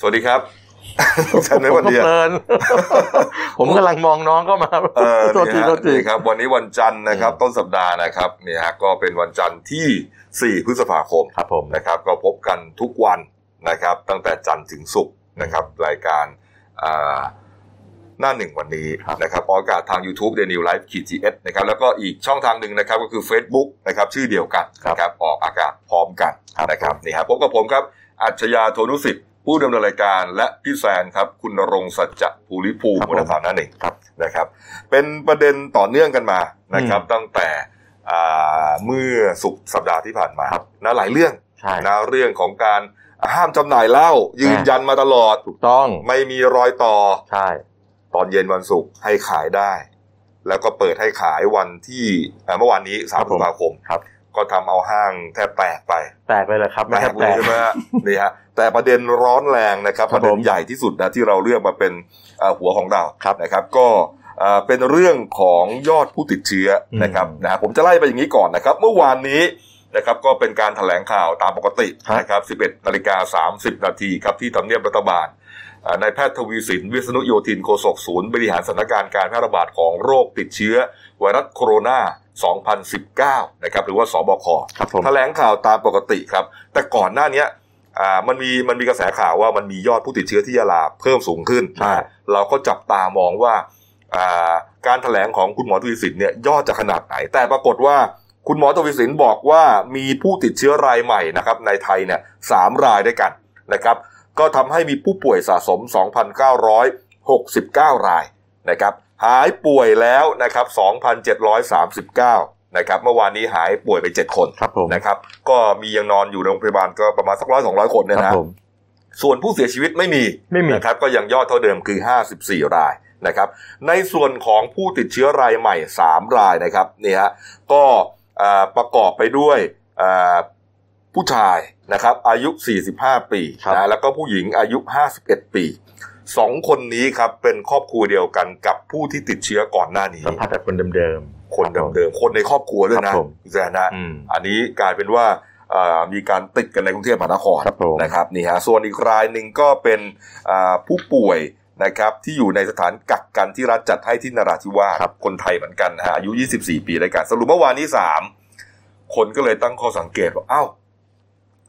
สวัสดีครับ ท่านในวันเดียว เพลิน ผมกำลังมองน้องเข้ามา เออ โทษที นี่ฮะ โทษที นี่ครับ วันนี้วันจันทร์นะครับ ต้นสัปดาห์นะครับเนี่ยฮะก็เป็นวันจันทร์ที่ 4 พฤษภาคม ครับผม นะครับ ก็พบกันทุกวันนะครับ ตั้งแต่จันทร์ถึงศุกร์นะครับ รายการอ่าหน้าหนึ่งวันนี้ ครับ นะครับออกอากาศทาง YouTube The New Life ขีด GS นะครับ แล้วก็อีกช่องทางหนึ่งนะครับ ก็คือ Facebook นะครับ ชื่อเดียวกันนะครับออกอากาศพร้อมกัน นะครับนี่ฮะพบกับผมครับ อัจฉริยาโทนุสิทธิ์ ผู้ดำเนินรายการและพี่แซนครับ คุณณรงค์สัจจะภูริภูมิ ครับผม หัวหน้าข่าวหนั่นเอง ครับ นะครับ เป็นประเด็นต่อเนื่องกันมานะครับ อืม ตั้งแต่อ่าเมื่อสุกร์สัปดาห์ที่ผ่านมา ครับ นะหลายเรื่อง ใช่ นะเรื่องของการห้ามจำหน่ายเหล้ายืนยันมาตลอด ถูกต้อง ไม่มีรอยต่อ ใช่ ตอนเย็นวันศุกร์ให้ขายได้ แล้วก็เปิดให้ขายวันที่อ่าเมื่อวานนี้3พฤษภาคม ครับ ก็ทำเอาห้างแทบแตกไป แตกเลยเหรอครับ แต ไม่ใช่ กเล แต ย ก ใช่ไหมฮะนี่ฮะแต่ประเด็นร้อนแรงนะครับ ค ป รับ ระเด็นผม ใหญ่ที่สุดนะที่เราเลือกมาเป็นเอ่อหัวของเรา ครับ นะครับ ก็เอ่อเป็นเรื่องของยอดผู้ติดเชื้ออ ม นะครับนะฮะผมจะไล่ไปอย่างนี้ก่อนนะครับ เมื่อวานนี้นะครับก็เป็นการแถลงข่าวตามปกตินะครับ 11นาฬิกา30 นาทีครับที่ทำเนียบรัฐบาลเอ่อนายแพทย์ทวีสิน วิษณุโยธินโฆษกศูนย์บริหารสถานการณ์การแพร่ระบาดของโรคติดเชื้อ ไวรัสโคโรนา2019นะครับหรือว่าสบค ครับผม แถลงข่าวตามปกติครับ แต่ก่อนหน้าเนี้ยอ่ามันมีมันมีกระแสข่าวว่ามันมียอดผู้ติดเชื้อที่ยะลาเพิ่มสูงขึ้น ใช่ นะเราก็จับตามองว่าอ่าการแถลงของคุณหมอทวีสินเนี่ยยอดจะขนาดไหน แต่ปรากฏว่าคุณหมอทวีสินบอกว่ามีผู้ติดเชื้อรายใหม่นะครับในไทยเนี่ยสามรายด้วยกันนะครับ ก็ทำให้มีผู้ป่วยสะสม 2,969 รายนะครับ หายป่วยแล้วนะครับ 2,739นะครับ เมื่อวานนี้หายป่วยไป 7 คน ครับผม นะครับก็มียังนอนอยู่โรงพยาบาลก็ประมาณสักร้อยสองร้อยคนเนี่ย ครับ นะ ผม ส่วนผู้เสียชีวิตไม่มี ไม่มี นะครับก็ยังยอดเท่าเดิมคือ 54 รายนะครับในส่วนของผู้ติดเชื้อรายใหม่ 3 รายนะครับนี่ฮะก็อ่าประกอบไปด้วยอ่าผู้ชายนะครับอายุ 45 ปี ครับ นะแล้วก็ผู้หญิงอายุ 51 ปีสองคนนี้ครับเป็นครอบครัวเดียวกันกับผู้ที่ติดเชื้อก่อนหน้านี้ สัมผัสกับคนเดิมๆ คน รับผม เดิมๆคนในครอบครัวด้วย ครั นะ บผม คุณแซนนะ อืม อันนี้กลายเป็นว่าเอ่อมีการติดกันในกรุงเทพมหานคร ครับผม นะครับนี่ฮะส่วนอีกรายหนึ่งก็เป็นอ่าผู้ป่วยนะครับที่อยู่ในสถานกักกันที่รัฐจัดให้ที่นราธิวาสคนไทยเหมือนกันนะฮะอายุ 24 ปีด้วยกันสรุปเมื่อวานนี้ 3 คนก็เลยตั้งข้อสังเกตว่า เอ้า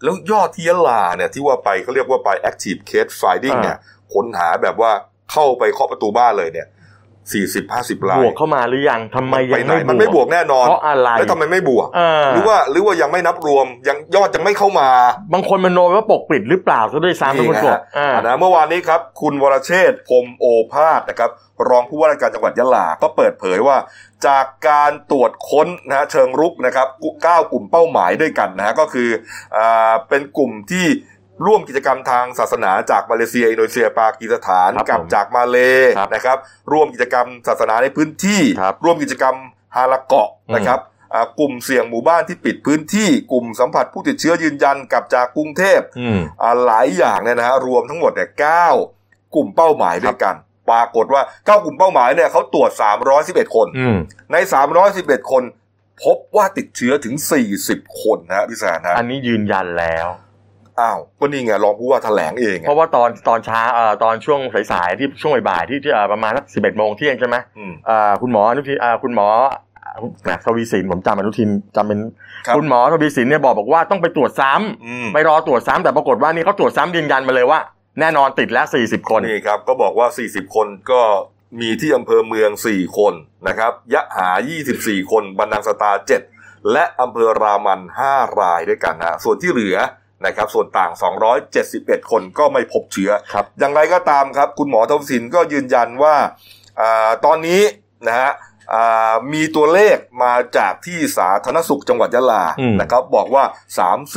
แล้วยอดที่ยะลาเนี่ยที่ว่าไปเขาเรียกว่าไป active case finding เนี่ยค้นหาแบบว่าเข้าไปเคาะประตูบ้านเลยเนี่ย40-50ราย บวกเข้ามาหรือยังทำไม ไป ยัง ไหน ไม่ มันไม่บวกแน่นอน เพราะอะไร แล้วทำไมไม่บวก เออ หรือว่าหรือว่ายังไม่นับรวมยังยอดยังไม่เข้ามา บางคนมันโนว่าปกปิดหรือเปล่าซะด้วยซ้ำทุกคน ไง ก ฮ ดอ่า อ่านะเมื่อวานนี้ครับ คุณวรเชษฐ์พรหมโอภาสนะครับ รองผู้ว่าราชการจังหวัดยะลา ก็เปิดเผยว่า จากการตรวจค้นนะฮะเชิงรุกนะครับเก้ากลุ่มเป้าหมายด้วยกันนะฮะก็คืออ่าเป็นกลุ่มที่ร่วมกิจกรรมทางศาสนาจากมาเลเซียอินโดนีเซียปากีสถาน ครับ กั ผม จากมาเล ครับ นะครับ ร่วมกิจกรรมศาสนาในพื้นที่ ครับ ร่วมกิจกรรมฮาละเกาะ อืม นะครับ อ่ากลุ่มเสี่ยงหมู่บ้านที่ปิดพื้นที่กลุ่มสัมผัสผู้ติดเชื้อยืนยันกลับจากกรุงเทพ อืม อ่าหลายอย่างเนี่ยนะฮะรวมทั้งหมดเนี่ยเก้ากลุ่มเป้าหมายด้วยกัน ปรากฏว่าเก้ากลุ่มเป้าหมายเนี่ยเขาตรวจ 311 คน อืม ใน 311 คน พบว่าติดเชื้อถึง 40 คนนะฮะพี่แสนฮะ อันนี้ยืนยันแล้ว อ้าวก็นี่ไงรองผู้ว่าแถลงเอง เพ อะ ราะว่าตอนตอนเช้าเอ่อตอนช่วงสายๆที่ช่วงบ่ายๆที่ที่เอ่อประมาณสักสิบเอ็ดโมงเที่ยงใช่ไหม อืม เอ่อคุณหมออนุทินเอ่อคุณหมอนะทวีสินผมจำอนุทินจำเป็น ครับ คุณหมอทวีสินเนี่ยบอกบอกว่าต้องไปตรวจซ้ำ อืม ไปรอตรวจซ้ำแต่ปรากฏว่านี่เขาตรวจซ้ำยืนยันมาเลยว่า แน่นอนติดแล้วสี่สิบคน นี่ครับก็บอกว่า 40 คนก็มีที่อำเภอเมือง 4 คนนะครับยะหา 24 คนบันดังสตา 7 และอำเภอรามัน 5 รายด้วยกันนะส่วนที่เหลือนะครับส่วนต่าง 271 คนก็ไม่พบเชื้อ ครับ อย่างไรก็ตามครับ คุณหมอทวสินก็ยืนยันว่าอาตอนนี้นะฮะอ่ามีตัวเลขมาจากที่สาธารณสุขจังหวัดยะลา อืม นะครับบอกว่า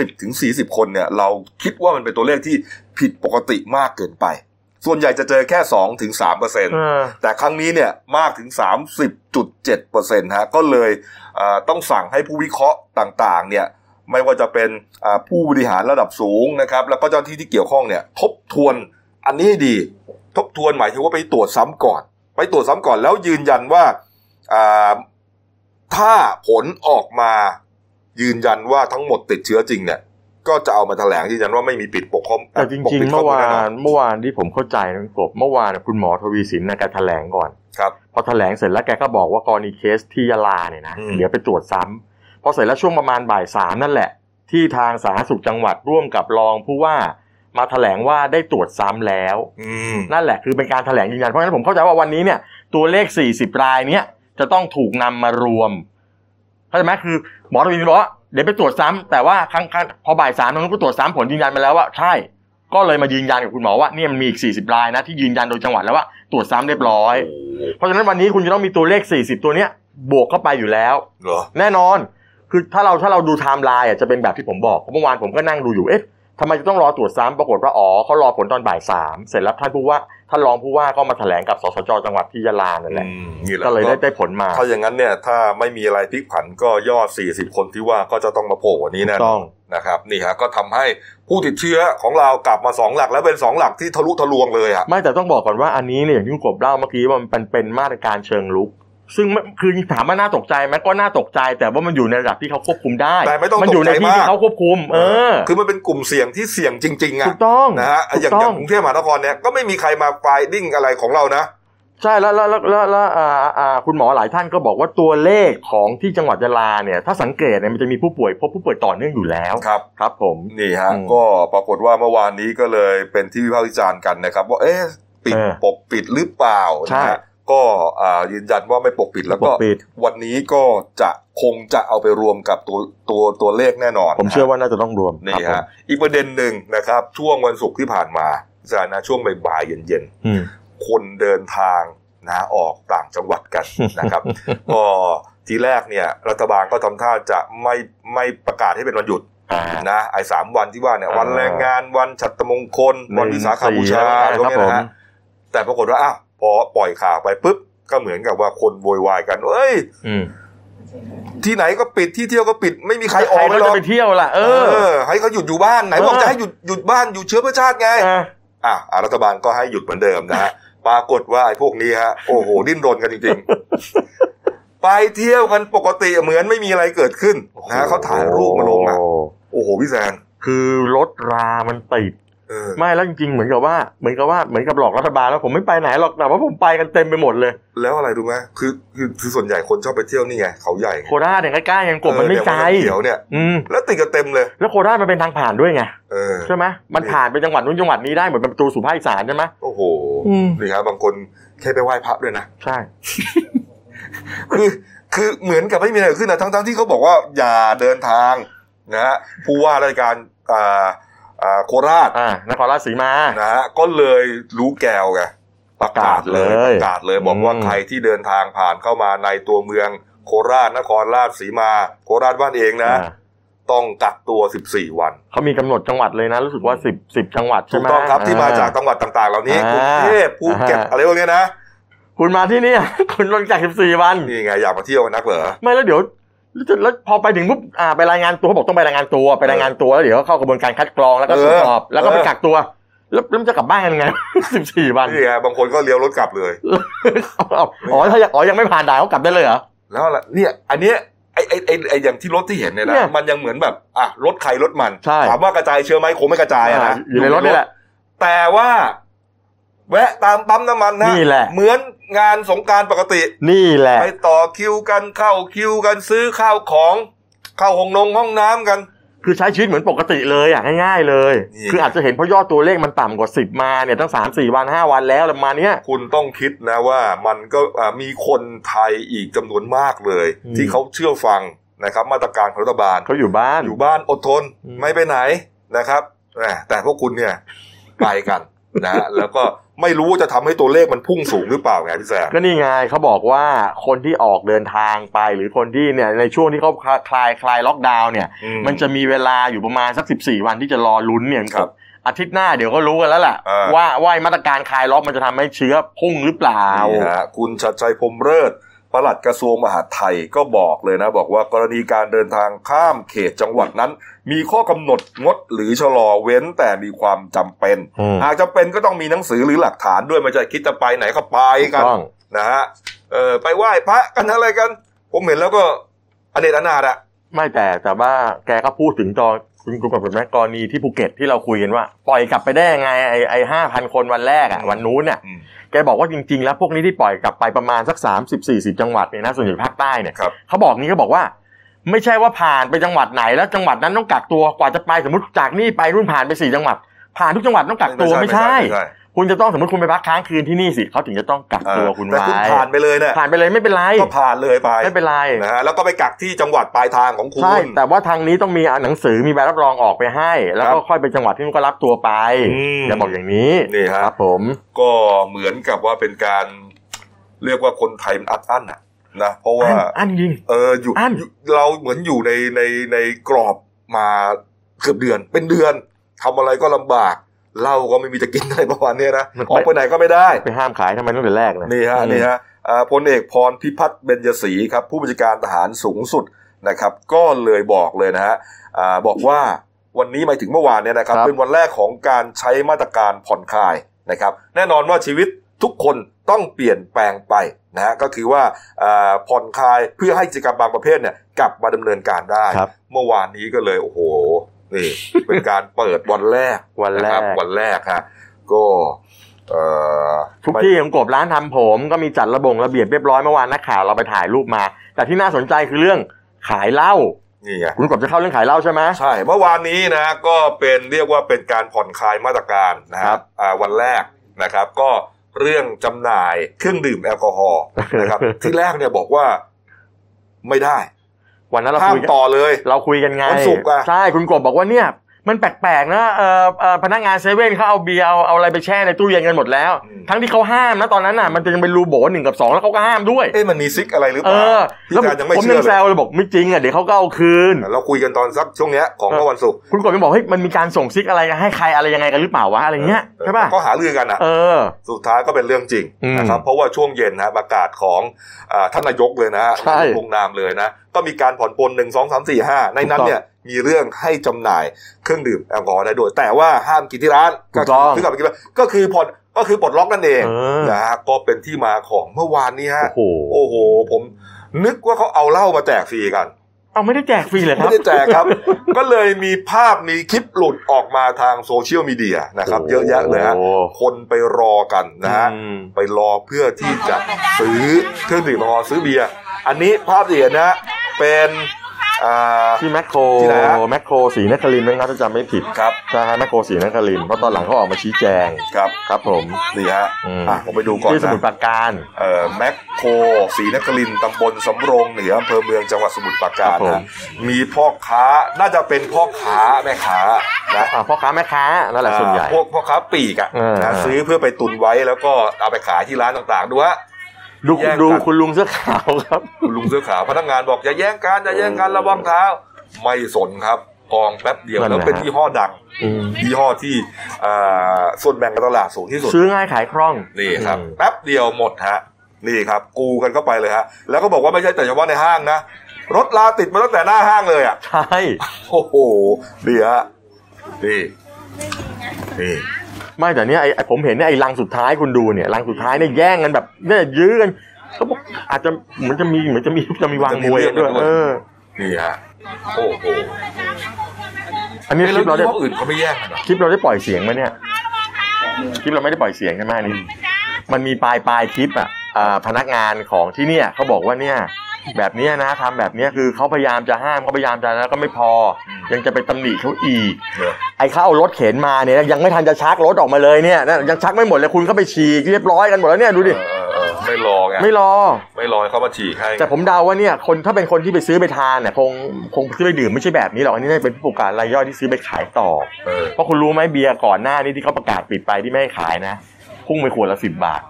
30-40 คนเนี่ยเราคิดว่ามันเป็นตัวเลขที่ผิดปกติมากเกินไป ส่วนใหญ่จะเจอแค่ 2-3%เปอร์เซ็นต์ เออ แต่ครั้งนี้เนี่ยมากถึง 30.7%ฮะก็เลยเอ่อต้องสั่งให้ผู้วิเคราะห์ต่างๆเนี่ยไม่ว่าจะเป็นเอ่อผู้บริหารระดับสูงนะครับแล้วก็เจ้าหน้าที่ที่เกี่ยวข้องเนี่ยทบทวนอันนี้ให้ดี ทบทวนหมายถึงว่าไปตรวจซ้ำก่อน ไปตรวจซ้ำก่อนแล้วยืนยันว่าอ่าถ้าผลออกมายืนยันว่าทั้งหมดติดเชื้อจริงเนี่ย ก็จะเอามาแถลงที่ยันว่าไม่มีปิดปกคลุม แต่จ ปก ริง ปิด ๆ ข้มูลเมื่อวา แอ นเมื่อวานที่ผมเข้าใจนะกบเมื่อวานน่ะคุณหมอทวีสินนะแกแถลงก่อน ครับ พอแถลงเสร็จแล้วแกก็บอกว่ากรณีเคสที่ยะลาเนี่ยนะ อืม เดี๋ยวไปตรวจซ้ำพอเสร็จแล้วช่วงประมาณบ่ายสามนั่นแหละ ที่ทางสาธารณสุขจังหวัดร่วมกับรองผู้ว่ามาแถลงว่าได้ตรวจซ้ำแล้ว อืม นั่นแหละคือเป็นการแถลงยืนยันเพราะฉะนั้นผมเข้าใจว่าวันนี้เนี่ยตัวเลข 40 รายเนี้ยจะต้องถูกนำมารวมเข้าใจไหมคือหมอทวีสินบอกว่าเดี๋ยวไปตรวจซ้ำแต่ว่าครั้งครั้งพอบ่ายสามนั้นก็ตรวจซ้ำผลยืนยันไปแล้วว่าใช่ ก็เลยมายืนยันกับคุณหมอว่าเนี่ยมันมีอีก 40 รายนะที่ยืนยันโดยจังหวัดแล้วว่าตรวจซ้ำเรียบร้อย เพราะฉะนั้นวันนี้คุณจะต้องมีตัวเลข 40 ตัวเนี้ยบวกเข้าไปอยู่แล้ว เหรอ แน่นอน คือถ้าเราถ้าเราดูไทม์ไลน์อ่ะจะเป็นแบบที่ผมบอกเมื่อวานผมก็นั่งดูอยู่ เอ๊ะทำไมจะต้องรอตรวจซ้ำปรากฏว่าอ๋อเขารอผลตอนบ่ายสามเสร็จแล้วท่านผู้ว่าท่านรองผู้ว่าก็มาแถลงกับสสจจังหวัดที่ยะลานั่นแหละ อืมนี่แหละ ก็เลยได้ ก็ ได้ผลมา ถ้าอย่างนั้นเนี่ย ถ้าไม่มีอะไรพลิกผันก็ยอด 40 คนที่ว่าก็จะต้องมาโผล่วันนี้แน่นอน ต้อง นะครับ นี่ฮะก็ทำให้ผู้ติดเชื้อของเรากลับมา 2 หลักแล้วเป็น 2 หลักที่ทะลุทะลวงเลยอ่ะ ไม่แต่ต้องบอกก่อนว่าอันนี้เนี่ยอย่างที่คุณกบเล่าเมื่อกี้ว่ามันเป็นเป็นมาตรการเชิงลุก ซึ่งไม่คือถามว่าน่าตกใจไหมก็น่าตกใจ แต่ว่ามันอยู่ในระดับที่เขาควบคุมได้ แต่ไม่ต้อง มันอยู่ตในกใจ ที่ มาก ที่เขาควบคุม เออ คือมันเป็นกลุ่มเสี่ยงที่เสี่ยงจริง ๆ ถู อ่ะ กต้อง นะฮะ ถู อก ย่างอ ต้ ย่า อง ง กรุงเทพมหานครเนี่ยก็ไม่มีใครมาไฟดิ้งอะไรของเรานะ ใช่แล้วแล้วแล้วแล้วแล้วอ่าอ่าคุณหมอหลายท่านก็บอกว่าตัวเลขของที่จังหวัดยะลาเนี่ย ถ้าสังเกตเนี่ยมันจะมีผู้ป่วยพบผู้ป่วยต่อเนื่องอยู่แล้ว ครับ ครับผม นี่ฮะ อืม ก็ปรากฏว่าเมื่อวานนี้ก็เลยเป็นที่วิพากษ์วิจารณ์กันนะครับ ว่าเอ๊ะปิด เออ ปกปิดหรือเปล่า ใช่ นะฮะก็อ่ายืนยันว่าไม่ปกปิดแล้ว ป ก็ กปิด วันนี้ก็จะคงจะเอาไปรวมกับตัวตัวตัวเลขแน่นอน ผมเชื่อว่าน่าจะต้องรวม นี่ ครับ ฮะอีกประเด็นหนึ่งนะครับ ช่วงวันศุกร์ที่ผ่านมาสถานะช่วงบ่ายๆเย็น ผมอืม ๆ คนเดินทางนะออกต่างจังหวัด กัน นะครับ ก็ทีแรกเนี่ยรัฐบาลก็ทำท่าจะไม่ไม่ประกาศให้เป็นวันหยุด อ่า นะไอ้สามวันที่ว่าเนี่ย อ่า วันแรงงานวันฉัตรมงคล วันวิสาขบูชา หนึ่งสี่ ช่วงครับ เนี้ย ผม นะฮะ แต่ปรากฏว่าอ้าวพอปล่อยข่าวไปปุ๊บก็เหมือนกับว่าคนโวยวายกันเอ้ย อืม ที่ไหนก็ปิดที่เที่ยวก็ปิดไม่มีใครออก ใค ไป ร หร จะ อก ไปเที่ยวล่ะ เอ เอ อ อ ให้เขาหยุดอยู่บ้านไหนบอก เออ จะให้หยุดหยุดบ้านอยู่เชื้อเพื่อชาติไง อ่ะ อ่ะอ่ะรัฐบาลก็ให้หยุดเหมือนเดิมนะฮะ ปรากฏว่าไอ้พวกนี้ฮะโอ้โหดิ้นรนกันจริง ๆ ไปเที่ยวกันปกติเหมือนไม่มีอะไรเกิดขึ้นนะฮะเขาถ่ายรูปมาลงอ่ะ โอ้ โอ้โหพี่แซน คือรถรามันติด เออ ไม่แล้วจริงๆเหมือนกับว่าเหมือนกับว่าเหมือนกับหลอกรัฐบาลแล้วผมไม่ไปไหนหรอกแต่ว่าผมไปกันเต็มไปหมดเลย แล้วอะไรรู้ไหมคือคือคือส่วนใหญ่คนชอบไปเที่ยวนี่ไงเขาใหญ่ไง โคราชเนี่ยใกล้ๆยังกบมันไม่ เออ ไกล เดี๋ยวเนี่ย อืม แล้วติดกันเต็มเลย แล้วโคราชมันเป็นทางผ่านด้วยไง เออ ใช่ไหมมันผ่านไปจังหวัดนู้นจังหวัดนี้ได้เหมือนเป็นประตูสู่ภาคอีสานใช่ไหม โอ้โห อืม นี่ครับบางคนแค่ไปไหว้พระด้วยนะ ใช่ คือคือเหมือนกับไม่มีอะไรเกิดขึ้นนะทั้งทั้งที่เขาบอกว่าอย่าเดินทางนะฮะผู้ว่าราชการอ่าอ่าโคราช อ่านครราชสีมา นะฮะก็เลยรู้แกวไงประกาศเลย ประกาศเลย ประกาศเลยบอกว่า อืม ใครที่เดินทางผ่านเข้ามาในตัวเมืองโคราชนครราชสีมา โคราชบ้านเองนะ อ่า ต้องกักตัว 14 วัน เขามีกำหนดจังหวัดเลยนะ รู้สึกว่าสิบสิบจังหวัด ถู ใช่ ก ไหม ต้องครับที่มาจากจังหวัดต่างๆ เหล่านี้ อ่าก รุงเทพภูเก็ต อ่า อะไรพวกเนี้ยนะ คุณมาที่เนี่ย คุณลงจากสิบสี่วัน นี่ไงอยากมาเที่ยวกันนักเหรอ ไม่แล้วเดี๋ยวแล้วจะแล้วพอไปถึงปุ๊บอ่าไปรายงานตัวเขาบอกต้องไปรายงานตัวไปรายงานตัวแล้วเดี๋ยวเข้ากระบวนการคัดกรองแล้วก็ เออ ตรวจสอบแล้วก็ไป เออ กักตัว แล้วแล้วมันจะกลับบ้านกันไง สิบสี่วัน นี่ไงบางคนก็เลี้ยวรถกลับเลย เอาอ๋อถ้าอยากอ๋อยังไม่ผ่านด่านเขากลับได้เลยเหรอ แล้วอะไรเนี่ยอันเนี้ยไอ้ไอ้ไอ้ไอ้อย่างที่รถที่เห็นเนี่ยนะ เนี่ย มันยังเหมือนแบบอ่ะรถใครรถมัน ใช่ ถามว่ากระจายเชื้อไหมคงไม่กระจายอะนะ อยู่ในรถนี่แหละ แต่ว่า แวะตามปั๊มน้ำมันนะ นี่แหละ เหมือนงานสงกรารปกติ นี่แหละ ไปต่อคิวกันเข้าคิวกันซื้อข้าวของเข้าห้องนงห้องน้ำกัน คือใช้ชีวิตเหมือนปกติเลยอ่ะง่ายๆเลย นี่ คืออาจจะเห็นเพราะยอดตัวเลขมันต่ำกว่า 10 มาเนี่ยตั้ง 3 4 วัน 5 วันแล้วประมาณเนี้ย คุณต้องคิดนะว่ามันก็อ่ะมีคนไทยอีกจำนวนมากเลย อืม ที่เขาเชื่อฟังนะครับ มาตรการของรัฐบาล เขาอยู่บ้าน อยู่บ้านอดทน อืม ไม่ไปไหนนะครับแหมแต่พวกคุณเนี่ย ไปกัน นะฮะแล้วก็ไม่รู้ว่าจะทำให้ตัวเลขมันพุ่งสูงหรือเปล่าไงพี่แซม ก็นี่ไงเขาบอกว่าคนที่ออกเดินทางไปหรือคนที่เนี่ยในช่วงที่เขาคลายคลายคลายล็อกดาวน์เนี่ย อื มันจะมีเวลาอยู่ประมาณสัก 14 วันที่จะรอลุ้นเนี่ย ครับ อาทิตย์หน้าเดี๋ยวก็รู้กันแล้วล่ะ อ่า ว่าว่ามาตรการคลายล็อกมันจะทำให้เชื้อพุ่งหรือเปล่า นี่ฮะคุณชัดชัยพรหมเลิศปลัดกระทรวงมหาดไทยก็บอกเลยนะ บอกว่ากรณีการเดินทางข้ามเขตจังหวัดนั้น มีข้อกำหนดงดหรือชะลอเว้นแต่มีความจำเป็น อืม หากจำเป็นก็ต้องมีหนังสือหรือหลักฐานด้วยไม่ใช่คิดจะไปไหนก็ไป ถูก กัน ต้อง นะฮะเออไปไหว้พระกันอะไรกัน ผมเห็นแล้วก็อเนกอนาถอะ ไม่แต่แต่ว่าแกก็พูดถึงตอน คุณคุณกับผมนะกรณีที่ภูเก็ตที่เราคุยกันว่า ปล่อยกลับไปได้ยังไงไอ้ไอ้ห้าพันคนวันแรกอะวันนู้นเนี่ย อืม แกบอกว่าจริงๆ แล้วพวกนี้ที่ปล่อยกลับไปประมาณสักสามสิบสี่สิบจังหวัดเนี่ยนะส่วนใหญ่ภาคใต้เนี่ย ครับ เขาบอกนี้ก็บอกว่า ไม่ใช่ว่าผ่านไปจังหวัดไหนแล้วจังหวัดนั้นต้องกักตัวกว่าจะไปสมมติจากนี่ไปรุ่นผ่านไปสี่จังหวัด ผ่านทุกจังหวัดต้องกักตัวไม่ใช่ คุณจะต้องสมมติคุณไปพักค้างคืนที่นี่สิเขาถึงจะต้องกัก เออ ตัวคุณ แต่ ไว้ คุณผ่านไปเลยนะ ผ่านไปเลยไม่เป็นไร ก็ผ่านเลยไป ไม่เป็นไร นะฮะแล้วก็ไปกักที่จังหวัดปลายทางของคุณ ใช่แต่ว่าทางนี้ต้องมีหนังสือมีใบรับรองออกไปให้ แล้วคก็รับ ค่อยไปจังหวัดที่มันก็รับตัวไป อืม อย่าบอกอย่างนี้ นี่ฮะ ครับ ผม ก็เหมือนกับว่าเป็นการเรียกว่าคนไทยมันอัดอั้นน่ะนะเพราะว่า อันอันยิง เอออยู่ อั้น อยู่เราเหมือนอยู่ในในในกรอบมาเกือบเดือน เป็นเดือนทำอะไรก็ลำบากเหล้าก็ไม่มีจะกินอะไรประมาณเนี้ยนะออกไปไหนก็ไม่ได้ ไปห้ามขายทำไมตั้งแต่แรกเลย นี่ฮะนี่ฮะอ่าพลเอกพรพิพัฒน์เบญยศรีครับผู้บัญชาการทหารสูงสุดนะครับ ก็เลยบอกเลยนะฮะอ่าบอกว่าวันนี้หมายถึงเมื่อวานเนี่ยนะครับ ครับ เป็นวันแรกของการใช้มาตรการผ่อนคลายนะครับ แน่นอนว่าชีวิตทุกคนต้องเปลี่ยนแปลงไปนะฮะก็คือว่าอ่าผ่อนคลายเพื่อให้กิจกรรมบางประเภทเนี่ยกลับมาดำเนินการได้ ครับ เมื่อวานนี้ก็เลยโอ้โหนี่ เป็นการเปิดวันแรก วันแรก ะคบ วันแรกฮะก็เอ่อ ทุกที่ของกบร้านทำผมก็มีจัดระบงระเบียบเรียบร้อยเมื่อวานนักข่าวเราไปถ่ายรูปมา แต่ที่น่าสนใจคือเรื่องขายเหล้า นี่ไง คุณกบจะเข้าเรื่องขายเหล้าใช่ไหม ใช่เมื่อวานนี้นะก็เป็นเรียกว่าเป็นการผ่อนคลายมาตรการนะค ครั รับบ อ่าวันแรกนะครับ ก็เรื่องจำหน่ายเครื่องดื่มแอลกอฮอล์ นะครับ ที่แรกเนี่ยบอกว่าไม่ได้ วันนั้นเรา ห้าม คุยกัน ต่อเลย เราคุยกันไง วันศุกร์อะ ใช่คุณกบบอกว่าเนี่ย มันแปลกๆนะเอ่อเอ่อพนักงานเซเว่นเขาเอาเบียร์เอาเอาอะไรไปแช่ในตู้เย็นกันหมดแล้ว ทั้งที่เขาห้ามนะตอนนั้นน่ะมันจะยังเป็นรูโบหนึ่งกับสองแล้วเขาก็ห้ามด้วย เอ๊ะมันมีซิกอะไรหรือเป เอ ล่า อ พี่ แล้ว การยังไม่ ผม เชื่ ยั อง แซ เลยว เลยบอกไม่จริงอ่ะเดี๋ยวเขาก็เอาคืน เราคุยกันตอนสักช่วงเนี้ยของเมื่อวันศุกร์ คุณกบยังบอกเฮ้ยมันมีการส่งซิกอะไรให้ใครอะไรยังไงกันหรือเปล่าวะอะไรเงี้ยใช่ป่ะ ก็หาเรื่องกันอ่ะ เออ สุดท้ายก็เป็นเรื่องจริง อืม นะครับเพราะว่าช่วงเย็นนะประกาศของอาท่านนายกเลยนะฮะ ใช่ ลงนามเลยนะ ก็มีการผ่อนปลนหนึ่งสองสามสี่ห้าในนั้นเนี่ยมีเรื่องให้จำหน่ายเครื่องดื่มแอลกอฮอล์ได้ด้วย แต่ว่าห้ามกินที่ร้าน ถูกต้อง คือกลับไปกินที่ร้านก็คือผ่อนก็คือปลดล็อกนั่นเอง เออ นะฮะก็เป็นที่มาของเมื่อวานนี้ฮะ โอ้โห โอ้โห ผมนึกว่าเขาเอาเหล้ามาแจกฟรีกัน เอาไม่ได้แจกฟรีเลยค ไม่ รับ ได้แจกครับ ก็เลยมีภาพมีคลิปหลุดออกมาทางโซเชียลมีเดียนะครับ เยอะแยะเลยฮะ โอ้ คนไปรอกันนะฮะ อืม ไปรอเพื่อที่จะซื้อเครื่องดื่มแอลกอฮอล์ซื้อเบียร์ อันนี้ภาพที่เห็นนะฮะเป็นอ่า ที่แมคโคร ที่ไหนฮะ แมคโครสีนครินทร์นะครับถ้าจำไม่ผิด ครับ ใช่ฮะแมคโครสีนครินทร์เพราะตอนหลังเขาออกมาชี้แจง ครับ ครับผม นี่ฮะ อืม อ่ะผมไปดูก่อน ที่ส นะ มุทรปราการ เอ่อแมคโครศรีนครินทร์ตำบลสำโรงเหนืออำเภอเมืองจังหวัดสมุทรปราการ ครับผม นะมีพ่อค้าน่าจะเป็นพ่อค้าแม่ค้านะ อ่าพ่อค้าแม่ค้านั่นแหละส่วนใหญ่ อ่าพวกพ่อค้าปลีกอะ เออ นะซื้อเพื่อไปตุนไว้แล้วก็เอาไปขายที่ร้านต่างๆดูฮะ ดู แยกกัน ดูคุณลุงเสื้อขาวครับ คุณลุงเสื้อขาวพนักงานบอกอย่าแย่งกันอย่าแย่งกันระวังเท้า ไม่สนครับกองแป๊บเดียว นั่นแห แล้ ละ วเป็นยี่ห้อดังยี่ห้อที่อ่าส่วนแบ่งการตลาดสูงที่สุด ซื้อง่ายขายคล่อง นี่ครับ อืม แป๊บเดียวหมดฮะนี่ครับ กูกันเข้าไปเลยฮะแล้วก็บอกว่าไม่ใช่แต่เฉพาะในห้างนะรถลาติดมาตั้งแต่หน้าห้างเลยอ่ะ ใช่ โอ้โหดีฮะนี่นี่ ไม่แต่เนี้ยไอ้ไอ้ผมเห็นเนี่ยไอ้ลังสุดท้ายคุณดูเนี่ยลังสุดท้ายเนี่ยแย่งกันแบบเนี่ยยื้อกันเขาบอกอาจจะเหมือนจะมีเหมือนจะมีจะมีวางมวยกันด้วยเออ นี่ฮะโอ้โห อันนี้ เอ๊ะ ค แล้ ลิ ว ปเราได้ ยี่ห้ออื่นเขาไม่แย่งกันเหรอ คลิปเราได้ปล่อยเสียงไหมเนี่ยคลิปเราไม่ได้ปล่อยเสียงใช่ไหมอันนี่ มันมีปลายปลายคลิปอ่ะอ่าพนักงานของที่เนี่ยเขาบอกว่าเนี่ย แบบเนี้ยนะทำแบบเนี้ยคือเขาพยายามจะห้ามเขาพยายามจะแล้วก็ไม่พอ อืม ยังจะไปตำหนิเขาอีก เออ ไอ้เขาเอารถเข็นมาเนี่ยยังไม่ทันจะชักรถออกมาเลยเนี่ยนั่นยังชักไม่หมดเลยคุณก็ไปฉีกเรียบร้อยกันหมดแล้วเนี่ยดูดิ เออเออไม่รอไง ไม่รอ ไม่รอให้เขามาฉีกให้ แต่ผมเดาว่าเนี่ยคนถ้าเป็นคนที่ไปซื้อไปทานเนี่ยคงคงซื้อไปดื่มไม่ใช่แบบนี้หรอกอันนี้น่าจะเป็นผู้ประกอบการรายย่อยที่ซื้อไปขายต่อ เออ เพราะคุณรู้ไหมเบียร์ก่อนหน้านี้ที่เขาประกาศปิดไปที่ไม่ให้ขายนะพุ่งไปขวดละสิบบาท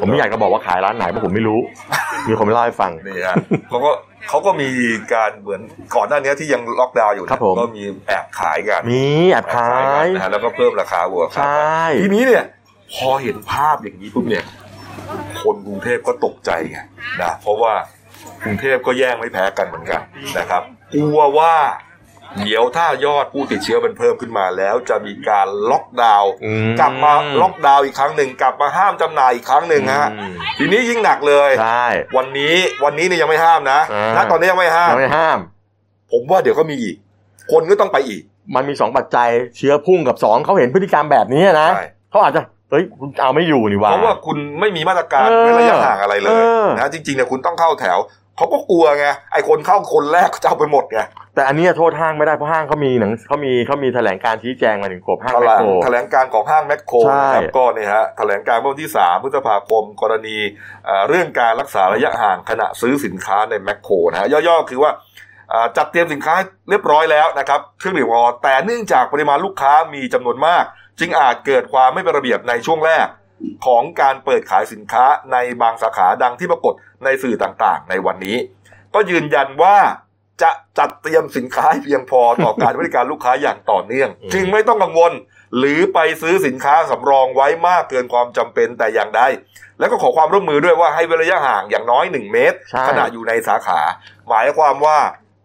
ผมไม่อยากจะบอกว่าขายร้านไหนเพราะผมไม่รู้ มีคนมาเล่าให้ฟัง นี่ฮะเขาก็เขาก็มีการเหมือนก่อนหน้านี้ที่ยังล็อกดาวน์อยู่เนี่ย ครับผม ก็มีแอบขายกัน มีแอบขาย นะฮะแล้วก็เพิ่มราคาบัวค ใช รับ่ ทีนี้เนี่ย พอเห็นภาพอย่างนี้ปุ๊บเนี่ย คนกรุงเทพก็ตกใจไงนะเพราะว่ากรุงเทพก็แย่งไม่แพ้กันเหมือนกันนะครับกลัวว่า เดี๋ยวถ้ายอดผู้ติดเชื้อมันเพิ่มขึ้นมาแล้วจะมีการล็อกดาวน์ อืม กลับมาล็อกดาวน์อีกครั้งหนึ่งกลับมาห้ามจำหน่ายอีกครั้งหนึ่งฮะ อืม ทีนี้ยิ่งหนักเลย ใช่ วันนี้วันนี้เนี่ยยังไม่ห้ามนะ อ่า ณตอนนี้ยังไม่ห้าม ยังไม่ห้าม ผมว่าเดี๋ยวก็มีอีก คนก็ต้องไปอีก มันมีสองปัจจัยเชื้อพุ่งกับสองเขาเห็นพฤติกรรมแบบนี้นะ ใช่ เขาอาจจะเฮ้ยคุณเอาไม่อยู่นี่หว่า เพราะว่าคุณไม่มีมาตรการ เออ เว้นระยะห่างอะไรเลย เออ นะจริงๆเนี่ยคุณต้องเข้าแถวเขาก็กลัวไงไอ้คนเข้าคนแรกเขาจะเอาไปหมดไง แต่อันเนี้ยโทษห้างไม่ได้เพราะห้างเขามีหนังเขามีเขามีแถลงการชี้แจงมาถึงกบห้าง แถล แมค ง โคร แถลงการของห้างแมคโคร ใช่ นะครับก็เนี่ยฮะแถลงการเมื่อวันที่ 3 พฤษภาคมกรณีเอ่อเรื่องการรักษาระยะห่างขณะซื้อสินค้าในแมคโครนะฮะย่อๆคือว่าเอ่อจัดเตรียมสินค้าให้เรียบร้อยแล้วนะครับเครื่องดื่มแอลกอฮอล์แต่เนื่องจากปริมาณลูกค้ามีจำนวนมาก จึงอาจเกิดความไม่เป็นระเบียบในช่วงแรก ของการเปิดขายสินค้าในบางสาขาดังที่ปรากฏในสื่อต่างๆ ในวันนี้ ก็ยืนยันว่าจะจัดเตรียมสินค้าให้เพียงพอต่อการ บริการลูกค้าอย่างต่อเนื่อง อืม จึงไม่ต้องกังวล หรือไปซื้อสินค้าสำรองไว้มากเกินความจำเป็นแต่อย่างใดแล้วก็ขอความร่วมมือด้วยว่าให้เว้นระยะห่างอย่างน้อย 1 เมตร ใช่ ขณะอยู่ในสาขา หมายความว่า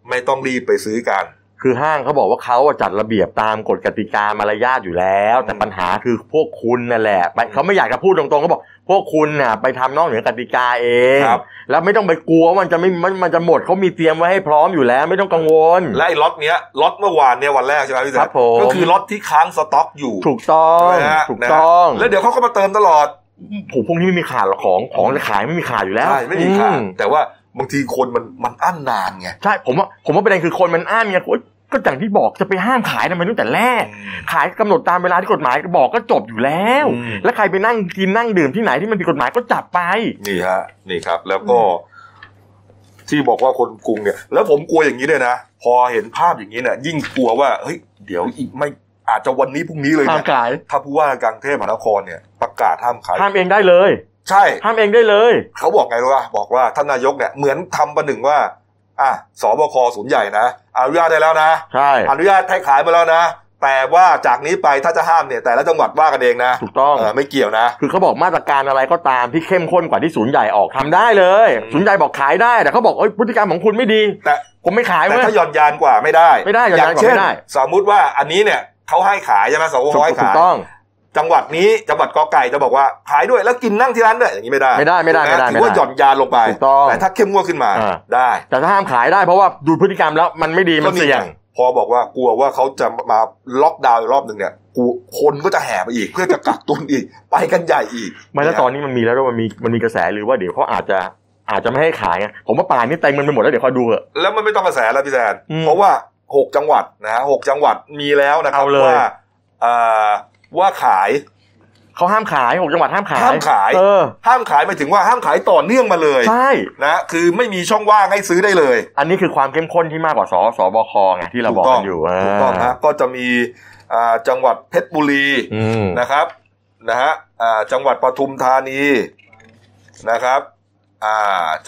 ไม่ต้องรีบไปซื้อกัน คือห้างเขาบอกว่าเขาอะจัดระเบียบตามกฎกติกามารยาทอยู่แล้ว แต่ อืม ปัญหาคือพวกคุณนั่นแหละไปเขาไม่อยากจะพูดตรงๆเขาบอก พวกคุณน่ะไปทำนอกเหนือกติกาเอง ครับ แล้วไม่ต้องไปกลัวว่ามันจะไม่มันมันจะหมดเขามีเตรียมไว้ให้พร้อมอยู่แล้ว ไม่ต้องกังวล และไอ้ล็อตเนี้ยล็อตเมื่อวานเนี่ยวันแรกใช่ไหมพี่แจ๊ ครับผม ก็คือล็อตที่ค้างสต็อกอยู่ ถูกต้อง ใช่ไหมฮะ ถูกต้อง นะฮะแล้วเดี๋ยวเขาก็มาเติมตลอด ผูพวกนี้ไม่มีขาดหรอกของของจะขายไม่มีขาดอยู่แล้ว ใช่ไม่มีขาด อื แต่ว่าบางทีคนมันมันอั้นนานไง ใช่ผมว่าผมว่าประเด็นคือคนมันอ้านไงโอ๊ยก็อย่างที่บอกจะไปห้ามขายทำไมตั้งแต่แรก ขายกำหนดตามเวลาที่กฎหมายบอกก็จบอยู่แล้ว อืม แล้วใครไปนั่งกินนั่งดื่มที่ไหนที่มันผิดกฎหมายก็จับไป นี่ฮะนี่ครับ แล้วก็ ที่บอกว่าคนกรุงเนี่ย แล้วผมกลัวอย่างนี้เลยนะพอเห็นภาพอย่างนี้เนี่ยยิ่งกลัวว่าเฮ้ยเดี๋ยวอีกไม่อาจจะวันนี้พรุ่งนี้เลย ห้า เน ม ย ขาย ถ้าผู้ว่าการกรุงเทพมหานครเนี่ย ประกาศห้ามขาย ห้ามเองได้เลย ใช่ ห้ามเองได้เลย เขาบอกไงรู้ป่ะบอกว่าท่านนายกเนี่ยเหมือนทำประหนึ่งว่า อ่ะสบคศูนย์ใหญ่นะอนุญาตได้แล้วนะ ใช่ อนุญาตให้ขายมาแล้วนะ แต่ว่าจากนี้ไปถ้าจะห้ามเนี่ย แต่ละจังหวัดว่ากันเองนะ ถูกต้อง เออไม่เกี่ยวนะ คือเขาบอกมาตรการอะไรก็ตามที่เข้มข้นกว่าที่ศูนย์ใหญ่ออกทำได้เลย อืม ศูนย์ใหญ่บอกขายได้แต่เขาบอกเอ้ยพฤติกรรมของคุณไม่ดี แต่ ผมไม่ขาย แต่ เว้ย ถ้าหย่อนยานกว่าไม่ได้ ไม่ได้หย่อนยานกว่า เช่ ไม่ได้ สมมุติว่าอันนี้เนี่ยเขาให้ขายใช่ไหมสว ถูก ให้ ถู ขากย ต้อง จังหวัดนี้จังหวัดกอไก่จะบอกว่าขายด้วยแล้วกินนั่งที่ร้านด้วยอย่างนี้ไม่ได้ ไม่ได้ไม่ได้ ถูกห ไม่ได้ ถือว่า ไม่หได้ย่อนยานลงไป ถูกต้อง แต่ถ้าเข้มงวดขึ้นมา อ่า ได้ แต่ถ้าห้ามขายได้เพราะว่าดูพฤติกรรมแล้วมันไม่ดีมันเสี่ยง ไงพอบอกว่ากลัวว่าเขาจะมาล็อกดาวน์อีกรอบหนึ่งเนี่ยกูคนก็จะแห่ไปอีก เพื่อจะกักตุนอีกไปกันใหญ่อีก ไม่แล้วตอนนี้มันมีแล้วด้วยมันมีมันมีกระแสหรือว่าเดี๋ยวเขาอาจจะอาจจะไม่ให้ขายไงผมว่าป่านนี้เต็มมันไปหมดแล้วเดี๋ยวคอยดูเถอะ แล้วมันไม่ต้องกระแสแล้วพี่แซน อืม เพราะว่าหกจังหวัดนะฮะหกจังหวัดมีแล้วนะครับ เอาเลย ว่าเอ่อว่าขาย เขาห้ามขายหกจังหวัดห้ามขาย ห้ามขาย เออ ห้ามขายหมายถึงว่าห้ามขายต่อเนื่องมาเลย ใช่ นะคือไม่มีช่องว่างให้ซื้อได้เลย อันนี้คือความเข้มข้นที่มากกว่าสสบคไงที่เรา ถู บอก กต้ กั อง นอยู่า ถูกต้องฮะก็จะมีอ่าจังหวัดเพชรบุรี อืม นะครับนะฮะอ่าจังหวัดปทุมธานีนะครับอ่า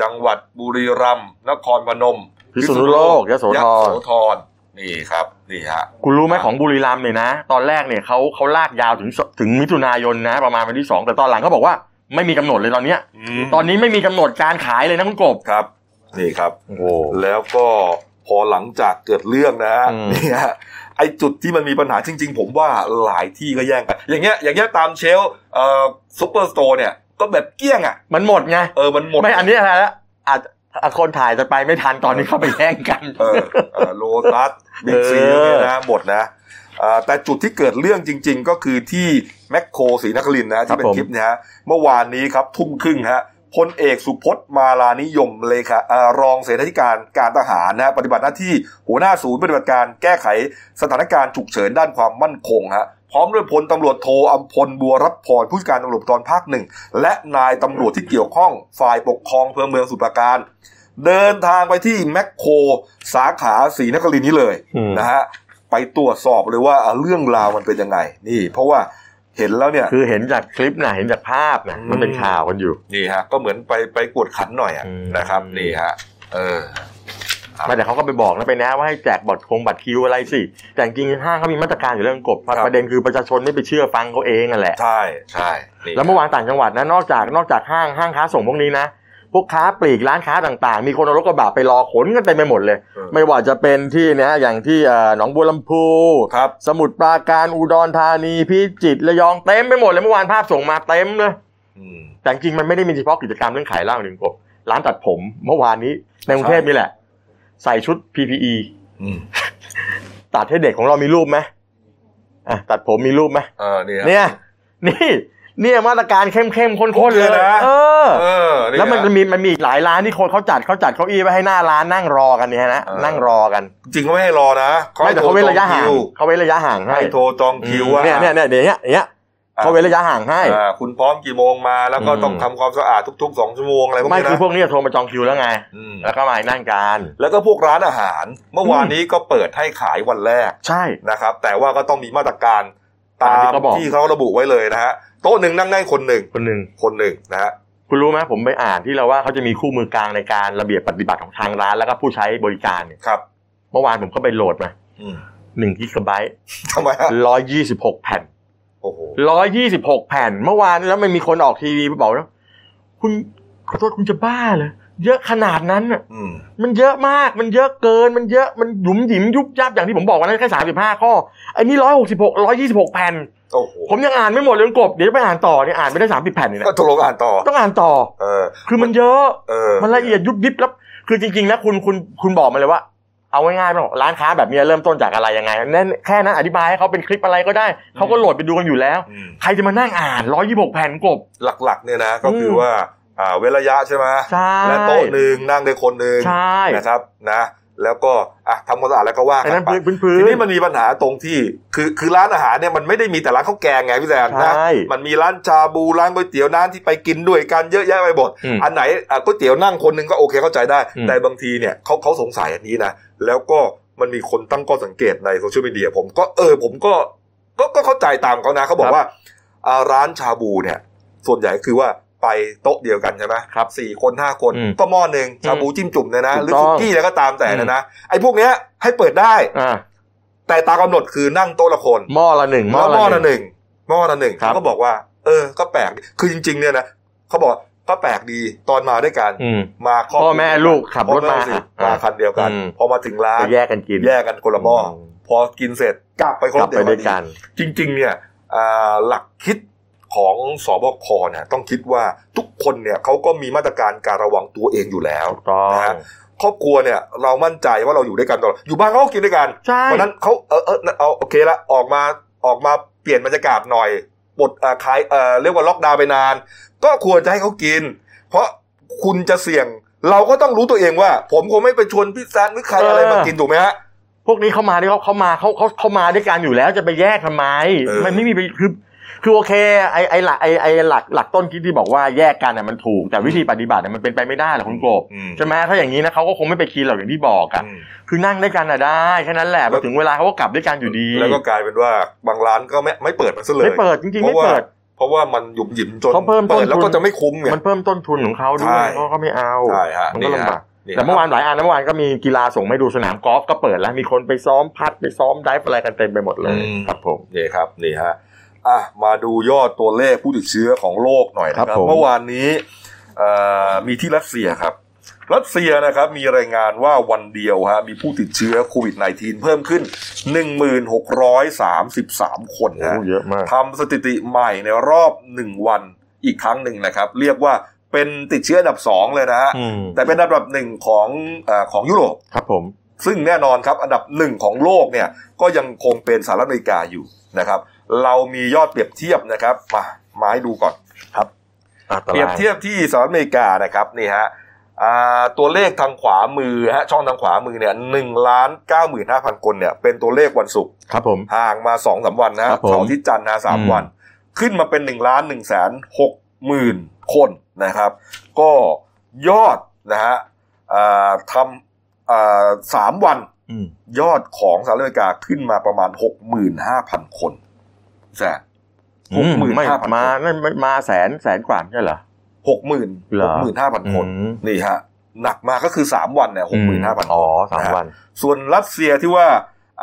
จังหวัดบุรีรัมย์นครพนม พิษณุโลกยโส ย ธร โสธรนี่ครับนี่ฮะ คุณรู้ไหมของบุรีรัมย์เนี่ยนะ ตอนแรกเนี่ยเขาเขาลากยาวถึงสถึงมิถุนายนนะ ประมาณวันที่สองแต่ตอนหลังเขาบอกว่าไม่มีกำหนดเลยตอนเนี้ย ตอนนี้ไม่มีกำหนดการขายเลยนะคุณกบ ครับนี่ครับ โอ้โห แล้วก็พอหลังจากเกิดเรื่องนะฮะ อืม เนี่ยไอ้จุดที่มันมีปัญหาจริง ๆ ผมว่าหลายที่ก็แย่งกันอย่างเงี้ยอย่างเงี้ยตามเชลฟ์เอ่อซุปเปอร์สโตร์เนี่ย ก็แบบเกลี้ยงอ่ะ มันหมดไง เออมันหมด ไม่อันนี้อะไรละอาจอาจคนถ่ายจะไปไม่ทันตอนนี้เข้าไปแย่งกัน เออเออโล ตัสบิ๊กซี เออ เนี่ยนะหมดนะเอ่อแต่จุดที่เกิดเรื่องจริง ๆ ก็คือที่แมคโครศรีนครินทร์นะที่เป็นคลิปเนี่ยฮะเมื่อวานนี้ครับทุ่มครึ่งฮะพลเอกสุพจน์มาลานิยมเลขาเอ่อรองเสนาธิการการทหารนะฮะปฏิบัติหน้าที่หัวหน้าศูนย์ปฏิบัติการแก้ไข สถานการณ์ฉุกเฉินด้านความมั่นคงฮะพร้อมด้วยพลตำรวจโทอัมพลบัวรับพรผู้การตำรวจภูธรภาคหนึ่ง และนายตำรวจที่เกี่ยวข้องฝ่ายปกครองอำเภอเมืองสมุทรปราการ เดินทางไปที่แมคโครสาขาศรีนครินทร์นี้เลย อืม นะฮะไปตรวจสอบเลยว่าเอ่อเรื่องราวมันเป็นยังไงนี่ เพราะว่าเห็นแล้วเนี่ย คือเห็นจากคลิปนะเห็นจากภาพนะมันเป็นข่าวกันอยู่ นี่ฮะก็เหมือนไปไปกวดขันหน่อยอะ อืม นะครับนี่ฮะเออ ครับ ไม่แต่เขาก็ไปบอกนะไปนะว่าให้แจกบัตรคงบัตรคิวอะไรสิ แต่จริงๆห้างเขามีมาตรการอยู่เรื่องกบ ครับ ประเด็นคือประชาชนไม่ไปเชื่อฟังเขาเองนั่นแหละ ใช่ใช่นี่ แล้วเมื่อวานต่างจังหวัดนะนอกจากนอกจากห้างห้างค้าส่งพวกนี้นะ พวกค้าปลีกร้านค้าต่างๆ มีคนเอารถกระบะไปรอขนกันเต็มไปหมดเลย เออ ไม่ว่าจะเป็นที่เนะอย่างที่เอ่อหนองบัวลำพู ครับ สมุทรปราการอุดรธานีพิจิตรระยองเต็มไปหมดเลยเมื่อวานภาพส่งมาเต็มเลย อืม แต่จริงๆมันไม่ได้มีเฉพาะกิจกรรมเรื่องขายเหล้าหนึ่างกบร้านตัดผมเมื่อวานนี้ในกรุงเทพ ใช่ นี่แหละ ใส่ชุด PPE อืม ตัดให้เด็กของเรามีรูปไหมอ่ะตัดผมมีรูปไหม เออเนี่ย เนี่ย นี่ เนี่ยมาตรการเข้มเข้มๆข้นๆเลย เนี่ยนะ เออ เออเย แล้วมันมันมีมันมีอีกหลายร้านที่คนเขาจัดเขาจัดเก้าอี้ไว้ให้หน้าร้านนั่งรอกันเนี่ยนะ เออ นั่งรอกัน จริงก็ไม่ให้รอนะ ไม่แต่ โทรเขาเว้น จอ ระยะห่าง คิว เขาเว้นระยะห่างให้ ให้โทรจองคิวว่า เนี่ยเนี่ยเนี่ยอย่างเงี้ยอย่างเงี้ยเขาเว้นระยะห่างให้ อ่าคุณพร้อมกี่โมงมาแล้วก็ อืม ต้องทำความสะอาดทุกๆสองชั่วโมงอะไรพวก ไม่ นี้ คือ นะ พวกนี้โทรมาจองคิวแล้วไง อืม แล้วก็มานั่งกัน แล้วก็พวกร้านอาหาร เมื่อวานนี้ก็เปิดให้ขายวันแรก ใช่ นะครับแต่ว่าก็ต้องมีมาตรการตา ตามมที่เขาบอก ที่เขาระบุไว้เลยนะฮะโต๊ะหนึ่งนั่งได้คนหนึ่ง คนหนึ่ง คนหนึ่งนะฮะ คุณรู้ไหมผมไปอ่านที่เราว่าเขาจะมีคู่มือกลางในการระเบียบปฏิบัติของทางร้านแล้วก็ผู้ใช้บริการเนี่ย ครับ เมื่อวานผมก็ไปโหลดมา อืม หนึ่งกิกะไบต์ ทำไมฮะ ร้อยยี่สิบหกแผ่น โอ้โห ร้อยยี่สิบหกแผ่นเมื่อวานแล้วมันมีคนออกทีวีบอกว่าคุณขอโทษคุณจะบ้าเหรอเยอะขนาดนั้นน่ะ อืม มันเยอะมากมันเยอะเกินมันเยอะมันหยุมหยิมยุบยับอย่างที่ผมบอกวันนั้นแค่สามสิบห้าข้อไอ้นี่ร้อยหกสิบหกร้อยยี่สิบหกแผ่น โอ้โห ผมยังอ่านไม่หมดเลยคุณกบเดี๋ยวไปอ่านต่อเนี่ยอ่านไม่ได้สามสิบแผ่นเนี่ยนะ ก็ตกลงอ่านต่อ ต้องอ่านต่อ เออ คือมันเยอะ เออ มันละเอียดยุบยิบแล้วคือจริงๆนะคุณคุณคุณบอกมาเลยว่า เอาง่ายๆไปหรอกร้านค้าแบบเนี้ยเริ่มต้นจากอะไรยังไงแน่นแค่นั้นอธิบายให้เขาเป็นคลิปอะไรก็ได้เขาก็โหลดไปดูกันอยู่แล้ว อืม ใครจะมานั่งอ่านร้อยยี่บกแผ่นกบ หลักๆเนี่ยนะก็คือ ม ว่าอ่าเว้นระยะใช่ไหม ใช่ และโต๊ะหนึ่งนั่งได้คนหนึ่ง ใช่ นะครับนะแล้วก็อ่ะทำความสะอาดแล้วก็ว่า ไอ้ กั นั่ น น ไป พื้นพื้นพื้น ทีนี้มันมีปัญหาตรงที่คือคือร้านอาหารเนี่ยมันไม่ได้มีแต่ร้านข้าวแกงไงพี่แซนนะ ใช่ มันมีร้านชาบูร้านก๋วยเตี๋ยวร้านที่ไปกินด้วยกันเยอะแยะไปหมด อืม อันไหนอ่ะก๋วยเตี๋ยวนั่งคนหนึ่งก็โอเคเข้าใจได้ อืม แต่บางทีเนี่ยเขาเขาสงสัยอันนี้นะ แล้วก็มันมีคนตั้งข้อสังเกตในโซเชียลมีเดียผมก็เออผมก็ก็ก็เข้าใจตามเขานะเขาบอกว่าอ่าร้านชาบูเนี่ย ส่วนใหญ่คือว่าไปโต๊ะเดียวกันใช่ไหม ครับ สี่คนห้าคน อืม ก็หม้อหนึ่งชาบูจิ้มจุ่มเนี่ยนะหถูกรือ ต้อง สุกี้แล้วก็ตามแต่เนะนะไอ้พวกเนี้ยให้เปิดได้ อ่า แต่ตามกำหนดคือนั่งโต๊ะละคน หม้อละหนึ่งห ห ม้ ม้ อ อหม้อ ละ ละ ห ห นึ่ง นึ่งหม้อละหนึ่ง ครับ เขาก็บอกว่า เออ ก็แปลกดีคือจริง ๆ เนี่ยนะเขาบอกก็แปลกดีตอนมาด้วยกัน อืม มาครบ พ่อแม่ลูกขับรถพ่อมาแลูก อ่ะ มาคันเดียวกัน อืม พอมาถึงร้าน จะแยกกันกิน แยกกันคนละหม้ออ ม พอกินเสร็จกลับไปคน กลั ละ บไปด้วยกัน จริง ๆ เนี่ยอ่าหลักคิดของสบคเนี่ยต้องคิดว่าทุกคนเนี่ยเขาก็มีมาตรการการระวังตัวเองอยู่แล้ว ต้อง นะฮะ ครอบครัวเนี่ยเรามั่นใจว่าเราอยู่ด้วยกันตลอดอยู่บ้านเขาก็กินด้วยกัน ใช่ เพราะฉะนั้นเขาเออเออเอาโอเคละออกมาออกมาเปลี่ยนบรรยากาศหน่อยปลดเอ่อคลายเอ่อเรียกว่าล็อกดาวน์ไปนาน ก็ควรจะให้เขากิน เพราะคุณจะเสี่ยง เราก็ต้องรู้ตัวเองว่า ผมคงไม่ไปชวนพี่แซนหรือใครอะไร เออ มากินถูกไหมฮะ พวกนี้เขามาด้วยเขาเขามาเขาเขาเขามาด้วยกันอยู่แล้วจะไปแยกทำไม เออ มันไม่มีประโยชน์คือคือโอเคไอไอหลักไอไอหลักหลักต้นคิดที่บอกว่าแยกกันน่ะมันถูกแต่วิธีปฏิบัติน่ะมันเป็นไปไม่ได้หรอกคุณกบ อืม ใช่ไหมถ้าอย่างนี้นะเขาก็คงไม่ไปกินหรอกอย่างที่บอกอะ อืม คือนั่งด้วยกันอะได้แค่นั้นแหละ แล้ว พอถึงเวลาเขาก็กลับด้วยกันอยู่ดี แล้วก็กลายเป็นว่าบางร้านก็ไม่ไม่เปิดมันซะเลย ไม่เปิดจริงๆ เพ ไม่ ราะว่า เปิด เพราะว่ามันหยุมหยิมจน เขาเพิ่มต้น ดแล้ว ทุน ก็จะไม่คุ้มไง มันเพิ่มต้นทุนของเขาด้ว ใช่ ยเขาก็ไม่เอา ใช่ฮะ มันก็ลำบาก นี่ฮะ แต่เมื่อวานหลายอันนะเมื่อวานก็มีกีฬาส่งไม่ดูสนามกอล์ฟก็เปิดแล้วมีคนไปซ้อมพัดไปซ้อมไดฟ์อะไรกันเต็มไปหมดเลยครับผม นี่ครับนี่ฮะอ่ะมาดูยอดตัวเลขผู้ติดเชื้อของโลกหน่อยนะค ครั รั บบผม เมื่อวานนี้เอ่อมีที่รัสเซียครับ รัสเซียนะครับมีรายงานว่าวันเดียวฮะมีผู้ติดเชื้อโควิด -19 เพิ่มขึ้น 1,633 คน โอ้ นะ เยอะมาก ทำสถิติใหม่ในรอบหนึ่งวันอีกครั้งหนึ่งนะครับ เรียกว่าเป็นติดเชื้ออันดับสองเลยนะฮะ อืม แต่เป็นอันดับหนึ่งของเออของยุโรป ครับผม ซึ่งแน่นอนครับ อันดับหนึ่งของโลกเนี่ยก็ยังคงเป็นสหรัฐอเมริกาอยู่นะครับ เรามียอดเปรียบเทียบนะครับมามาให้ดูก่อน อันตรา เปรียบเทียบที่สหรัฐอเมริกานะครับนี่ฮะอ่าตัวเลขทางขวามือฮะช่องทางขวามือเนี่ยหนึ่งล้านเก้าหมื่นห้าพันคนเนี่ยเป็นตัวเลขวันศุกร์ ครับผม ห่างมาสองสามวันนะครับ ผม เสาร์อาที่จันทร์นะสาม อืม วัน ขึ้นมาเป็นหนึ่งล้านหนึ่งแสนหกหมื่นคนนะครับ ก็ยอดนะฮะอ่าทำอ่าสามวัน อืม ยอดของสหรัฐอเมริกาขึ้นมาประมาณหกหมื่นห้าพันคนแสน หกหมื่น ไม่ ห้าพัน มานั่นไม่มาแสนแสนกว่าไม่ใช่เหรอ หกหมื่น เหร ห อ กหมื่นห้าพันคน อืม นี่ฮะหนักมากก็คือสามวันเนี่ยหกหมื่นห้าพัน อ๋อสามวัน ส่วนรัสเซียที่ว่า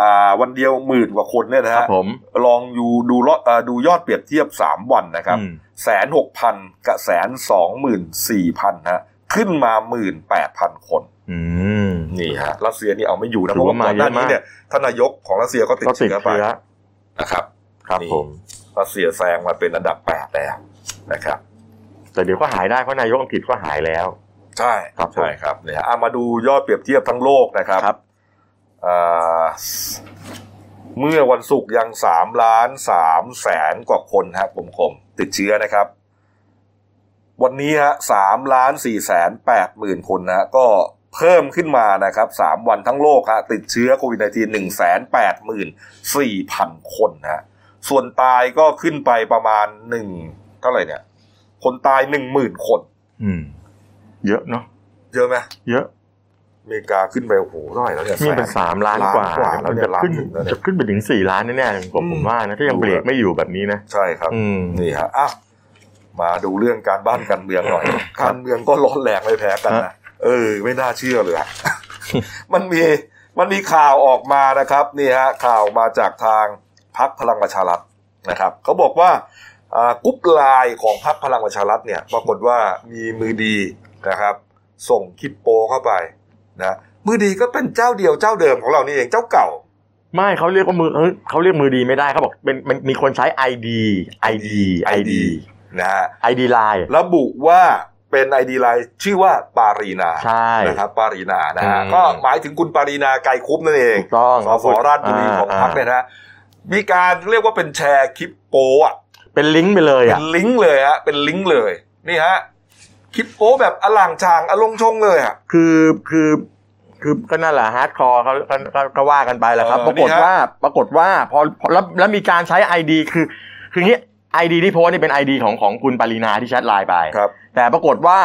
อ่าวันเดียวหมื่นกว่าคนเนี่ยนะ ครั ฮะ บผม ลองอยู่ดูรออ่าดูยอดเปรียบเทียบสามวันนะครับ อืม แสนหกพันกับแสนสองหมื่นสี่พันฮะขึ้นมาหมื่นแปดพันคน อืม นี่ฮะรัสเซียนี่เอาไม่อยู่นะ ถื เพ อ ราะ ว่า ว่าก่อนห มาเย น้า อะมาก นี้เนี่ยท่านนายกของรัสเซียก็ติด ก็ติด เชื้อไป เชื้อ นะครับ ครับผม รัสเซียแซงมาเป็นอันดับแปดแล้วนะครับ แต่เดี๋ยวก็หายได้เพราะนายกอังกฤษก็หายแล้ว ใช่ ครับผม ใช่ครับเนี่ยฮะอ่ะมาดูยอดเปรียบเทียบทั้งโลกนะครับ ครับ อ่า เมื่อวันศุกร์ยังสามล้านสามแสนกว่าคนฮะผมคมๆติดเชื้อนะครับ วันนี้ฮะสามล้านสี่แสนแปดหมื่นคนนะฮะก็เพิ่มขึ้นมานะครับสามวันทั้งโลกฮะติดเชื้อโควิด -19 หนึ่งแสนแปดหมื่นสี่พันคนนะฮะส่วนตายก็ขึ้นไปประมาณหนึ่งเท่าไหร่เนี่ย คนตายหนึ่งหมื่นคน อืม เยอะเนาะ เยอะไหม เยอะ อเมริกาขึ้นไปโอ้โหเท่าไหร่แล้วเนี่ย นี่เป็น แ สามล้าน ล้าน กว่า กว่าแล้ เรา วเนี่ จะ ยล้าน ขึ้น หนึ่งแล้วเนี่ย จะขึ้นไปถึงสี่ล้านแน่ๆผมผมว่านะถ้ายังเบรกไม่อยู่แบบนี้นะ ใช่ครับ อืม นี่ฮะอ่ะมาดูเรื่องการบ้านการเมืองหน่อย ครับ การเมืองก็ร้อนแรงไม่แพ้กันนะ เออ ไม่น่าเชื่อเลยฮะ มันมี มันมีข่าวออกมานะครับ นี่ฮะ ข่าวมาจากทางพักพลังประชารัฐนะครับ เขาบอกว่าอ่ากรุ๊ปไลน์ของพักพลังประชารัฐเนี่ย ปรากฏว่ามีมือดีนะครับ ส่งคลิปโปเข้าไปนะ มือดีก็เป็นเจ้าเดียวเจ้าเดิมของเรานี่เอง เจ้าเก่า ไม่เขาเรียกว่ามือเอ้ยเขาเรียกมือดีไม่ได้เขาบอกเป็นมันมีคนใช้ ID ID ID นะฮะ ID ไลน์ ระบุว่าเป็นไอดีไลน์ชื่อว่าปารีนา ใช่ นะครับปารีนานะฮะ อืม ก็หมายถึงคุณปารีนาไกรคุปนั่นเอง ถูกต้อง สสราชบุรีของพรรคเนี่ยนะฮะมีการเรียกว่าเป็นแชร์คลิปโป้อะ เป็นลิงก์ไปเลย เป็ อ่ะ นลิงก์เลยฮะเป็นลิงก์เลยนี่ฮะคลิปโป้แบบอลังชางอลงชงเลยอะ คือคือคือก็นั่นแหละฮาร์ดคอร์เขาเขาเขาก็ว่ากันไปแหละครับ เออ ปรากฏ นี่ฮะ ว่าปรากฏว่าพอพอแล้วแล้วมีการใช้ ID คือ คืองี้ ID ที่โพสต์นี่เป็น ID ของของคุณปรินาที่แชทไลน์ไป ครับ แต่ปรากฏว่า